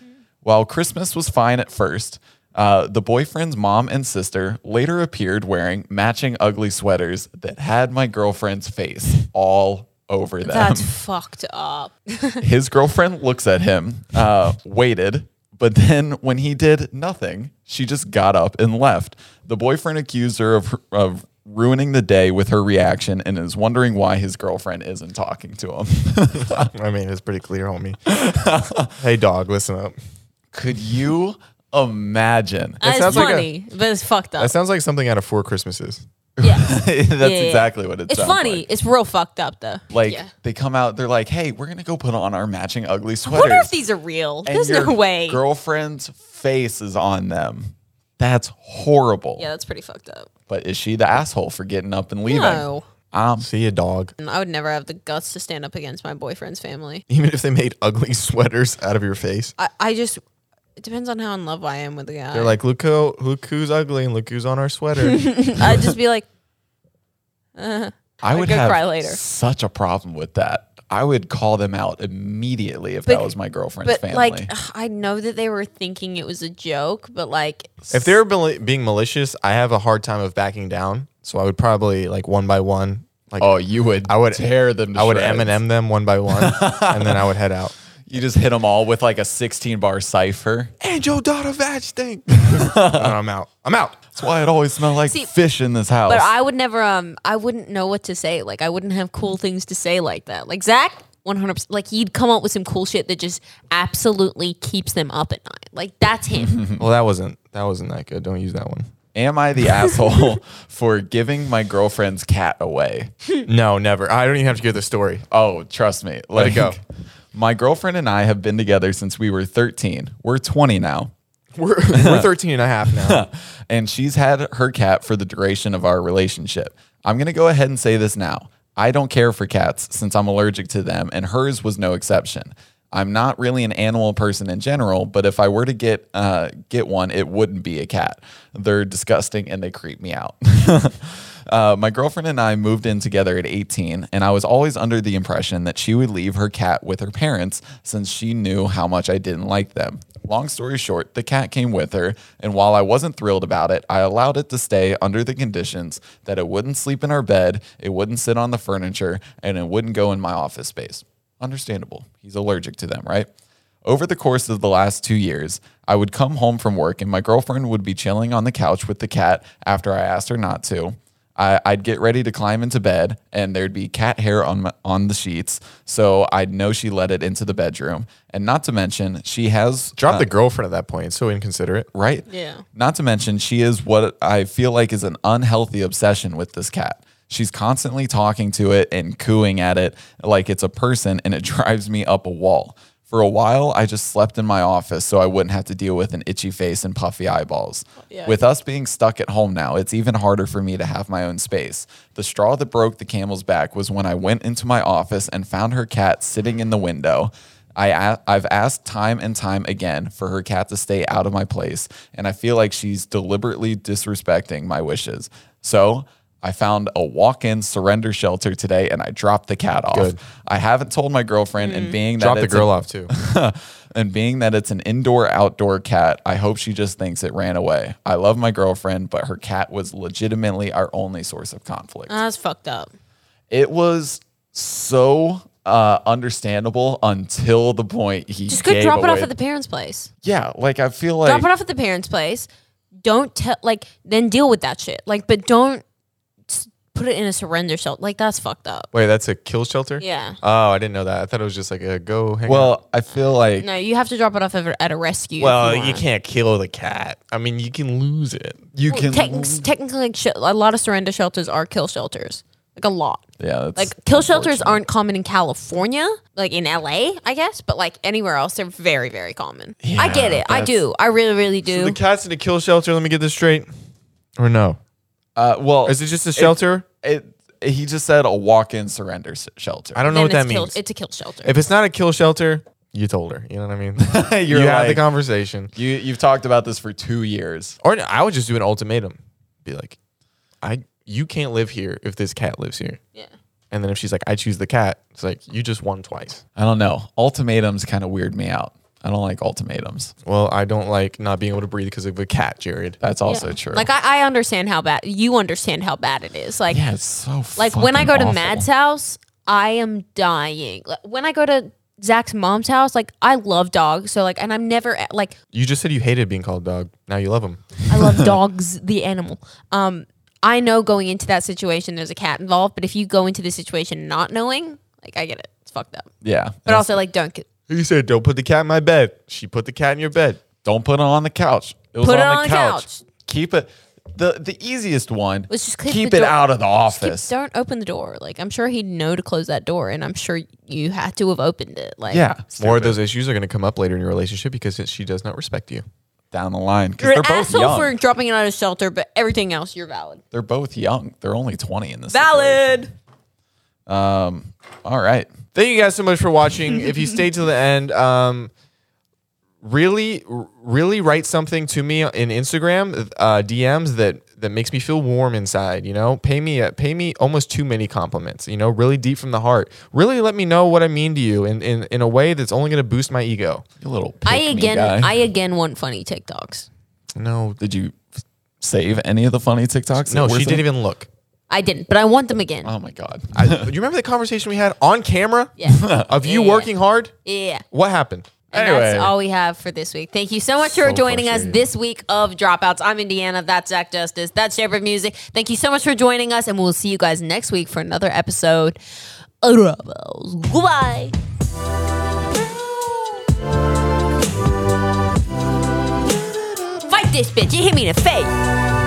Speaker 1: While Christmas was fine at first, uh, the boyfriend's mom and sister later appeared wearing matching ugly sweaters that had my girlfriend's face all over them.
Speaker 3: That's fucked up.
Speaker 1: His girlfriend looks at him, uh, waited, but then when he did nothing, she just got up and left. The boyfriend accused her of, of ruining the day with her reaction and is wondering why his girlfriend isn't talking to him.
Speaker 2: I mean, it's pretty clear, homie. hey, dog, listen up.
Speaker 1: Could you imagine?
Speaker 3: It's
Speaker 2: sounds like a-
Speaker 3: funny, but it's fucked up.
Speaker 2: That sounds like something out of Four Christmases.
Speaker 3: yeah.
Speaker 1: That's
Speaker 3: yeah.
Speaker 1: exactly what it
Speaker 3: It's
Speaker 1: sounds
Speaker 3: funny.
Speaker 1: like.
Speaker 3: It's real fucked up though.
Speaker 1: Like
Speaker 3: yeah.
Speaker 1: they come out, they're like, "Hey, we're gonna go put on our matching ugly
Speaker 3: I
Speaker 1: sweaters."
Speaker 3: wonder if these are real.
Speaker 1: and
Speaker 3: There's
Speaker 1: your
Speaker 3: no way.
Speaker 1: Girlfriend's face is on them. That's horrible.
Speaker 3: yeah, that's pretty fucked up.
Speaker 1: But is she the asshole for getting up and leaving?
Speaker 3: No.
Speaker 1: Um,
Speaker 2: See a dog.
Speaker 3: I would never have the guts to stand up against my boyfriend's family.
Speaker 2: Even if they made ugly sweaters out of your face,
Speaker 3: I, I just it depends on how in love I am with the guy.
Speaker 2: they're like, look, who, look who's ugly and look who's on our sweater.
Speaker 3: I'd just be like,
Speaker 1: I would
Speaker 3: go
Speaker 1: have
Speaker 3: cry later.
Speaker 1: such a problem with that. I would call them out immediately if that
Speaker 3: But-
Speaker 1: was my girlfriend's
Speaker 3: but
Speaker 1: family.
Speaker 3: like ugh, I know that they were thinking it was a joke, but like
Speaker 2: if they're bel- being malicious, I have a hard time of backing down. So I would probably like one by one, like
Speaker 1: oh, you would. I
Speaker 2: would-
Speaker 1: tear them. To
Speaker 2: I would
Speaker 1: shreds.
Speaker 2: M&M them one by one, and then I would head out.
Speaker 1: You just hit them all with like a 16 bar cipher.
Speaker 2: And your daughter vag stink. and I'm out. I'm out.
Speaker 1: That's why it always smelled like
Speaker 3: See,
Speaker 1: fish in this house.
Speaker 3: but I would never um I wouldn't know what to say. Like I wouldn't have cool things to say like that. Like Zach 100% like he'd come up with some cool shit that just absolutely keeps them up at night. Like that's him.
Speaker 2: Well, that wasn't that wasn't that good. Don't use that one.
Speaker 1: Am I the asshole for giving my girlfriend's cat away?
Speaker 2: No, never. I don't even have to give the story.
Speaker 1: Oh, trust me. Like,
Speaker 2: it go.
Speaker 1: My girlfriend and I have been together since we were 13. We're 20 now.
Speaker 2: We're, we're 13 and a half now.
Speaker 1: and she's had her cat for the duration of our relationship. I'm going to go ahead and say this now. I don't care for cats since I'm allergic to them, and hers was no exception. I'm not really an animal person in general, but if I were to get uh, get one, it wouldn't be a cat. They're disgusting and they creep me out. Uh, my girlfriend and I moved in together at 18, and I was always under the impression that she would leave her cat with her parents since she knew how much I didn't like them. Long story short, the cat came with her, and while I wasn't thrilled about it, I allowed it to stay under the conditions that it wouldn't sleep in our bed, it wouldn't sit on the furniture, and it wouldn't go in my office space. Understandable. He's allergic to them, right? Over the course of the last two years, I would come home from work and my girlfriend would be chilling on the couch with the cat after I asked her not to. I, I'd get ready to climb into bed and there'd be cat hair on, my, on the sheets, so I'd know she let it into the bedroom. And not to mention, she has
Speaker 2: Drop the girlfriend at that point. It's so inconsiderate.
Speaker 1: right?
Speaker 3: Yeah.
Speaker 1: Not to mention, she is what I feel like is an unhealthy obsession with this cat. She's constantly talking to it and cooing at it like it's a person, and it drives me up a wall. For a while, I just slept in my office so I wouldn't have to deal with an itchy face and puffy eyeballs.
Speaker 3: Yeah.
Speaker 1: With us being stuck at home now, it's even harder for me to have my own space. The straw that broke the camel's back was when I went into my office and found her cat sitting in the window. I a- I've asked time and time again for her cat to stay out of my place, and I feel like she's deliberately disrespecting my wishes. So I found a walk-in surrender shelter today, and I dropped the cat off.
Speaker 2: Good.
Speaker 1: I haven't told my girlfriend, and being that
Speaker 2: Drop the
Speaker 1: it's an-
Speaker 2: girl off too.
Speaker 1: and being that it's an indoor outdoor cat, I hope she just thinks it ran away. I love my girlfriend, but her cat was legitimately our only source of conflict.
Speaker 3: That's fucked up.
Speaker 1: it was so uh, understandable until the point he
Speaker 3: Just go
Speaker 1: gave
Speaker 3: drop it off
Speaker 1: away-
Speaker 3: at the parents' place.
Speaker 1: yeah. Like I feel like
Speaker 3: drop it off at the parents' place. Don't tell, like, then deal with that shit. Like, but don't s- put it in a surrender shelter. Like, that's fucked up.
Speaker 2: Wait, that's a kill shelter?
Speaker 3: Yeah.
Speaker 2: Oh, I didn't know that. I thought it was just like a go hang out.
Speaker 1: well, I feel like
Speaker 3: No, you have to drop it off at a- at a rescue. if want.
Speaker 2: can't kill the cat. I mean, you can lose it.
Speaker 1: you can
Speaker 3: Techn- technically, like, sh- a lot of surrender shelters are kill shelters. Like, a lot.
Speaker 1: yeah. That's,
Speaker 3: Like, kill shelters aren't common in California, like in LA, I guess, but like anywhere else, they're very, very common. I get it. I do. I really, really do.
Speaker 2: The cat's in a kill shelter. Let me get this straight. Or no?
Speaker 1: uh, well,
Speaker 2: Is it just a shelter?
Speaker 1: it, he just said a walk-in surrender s- shelter.
Speaker 2: I don't know
Speaker 3: Then
Speaker 2: what that
Speaker 3: it's kill-
Speaker 2: means.
Speaker 3: It's a kill shelter.
Speaker 2: if it's not a kill shelter, you told her. You know what I mean? you
Speaker 1: You're
Speaker 2: had the
Speaker 1: like-
Speaker 2: conversation.
Speaker 1: you you've talked about this for two years.
Speaker 2: Or no, I would just do an ultimatum. Be like, I you can't live here if this cat lives here.
Speaker 3: yeah.
Speaker 2: And then if she's like, I choose the cat, it's like you just won twice.
Speaker 1: I don't know. Ultimatums kind of weird me out. I don't like ultimatums.
Speaker 2: Well, I don't like not being able to breathe because of a cat, Jared.
Speaker 1: That's also
Speaker 3: Yeah.
Speaker 1: true.
Speaker 3: Like I, I understand how bad you understand how bad it is. Like
Speaker 1: yeah, it's so
Speaker 3: like when I
Speaker 1: fucking
Speaker 3: go to
Speaker 1: awful.
Speaker 3: Mad's house, I am dying. Like, when I go to Zach's mom's house, like I love dogs, so like, and I'm never like
Speaker 2: You just said you hated being called dog. Now you love him.
Speaker 3: I love dogs, the animal. Um, I know going into that situation, there's a cat involved, but if you go into the situation not knowing, like I get it, it's fucked up.
Speaker 1: Yeah,
Speaker 3: But also, like, don't get-
Speaker 2: You said don't put the cat in my bed. She put the cat in your bed.
Speaker 1: Don't put it on the couch. It was
Speaker 3: Put
Speaker 1: on
Speaker 3: it
Speaker 1: the
Speaker 3: on the
Speaker 1: couch.
Speaker 3: couch.
Speaker 1: Keep it. The the easiest one
Speaker 3: Let's just keep
Speaker 1: keep
Speaker 3: the
Speaker 1: it
Speaker 3: door-
Speaker 1: out of the office.
Speaker 3: don't open the door. Like I'm sure he'd know to close that door, and I'm sure you had to have opened it. Like
Speaker 1: yeah,
Speaker 2: More of those issues are going to come up later in your relationship because it- she does not respect you.
Speaker 1: down the line because
Speaker 3: You're
Speaker 1: they're
Speaker 3: an
Speaker 1: both
Speaker 3: asshole
Speaker 1: young.
Speaker 3: for dropping it out of shelter, but everything else, you're valid.
Speaker 1: they're both young. They're only twenty in this.
Speaker 3: Valid.
Speaker 1: situation. All right.
Speaker 2: Thank you guys so much for watching. if you stayed till the end, um, really, r- really write something to me in Instagram uh, DMs that that makes me feel warm inside. You know, pay me a, pay me almost too many compliments. You know, really deep from the heart. Really let me know what I mean to you in in, in a way that's only going to boost my ego.
Speaker 1: You little.
Speaker 3: I
Speaker 1: pick-me
Speaker 3: again,
Speaker 1: guy.
Speaker 3: I again want funny TikToks.
Speaker 2: No,
Speaker 1: Did you save any of the funny TikToks?
Speaker 2: no,
Speaker 1: that were
Speaker 2: she
Speaker 1: sent?
Speaker 2: didn't even look.
Speaker 3: I didn't, but I want them again.
Speaker 1: Oh my god.
Speaker 2: I, do you remember the conversation we had on camera
Speaker 3: yeah,
Speaker 2: of you
Speaker 3: Yeah.
Speaker 2: working hard?
Speaker 3: yeah.
Speaker 2: What happened?
Speaker 3: And
Speaker 1: Anyway.
Speaker 3: that's all we have for this week. Thank you so much
Speaker 1: So
Speaker 3: for joining us
Speaker 1: frustrating.
Speaker 3: this week of Dropouts. I'm Indiana. That's Zach Justice. That's Shape of Music. Thank you so much for joining us, and we'll see you guys next week for another episode of Dropouts. Goodbye. Fight this bitch. You hit me in the face.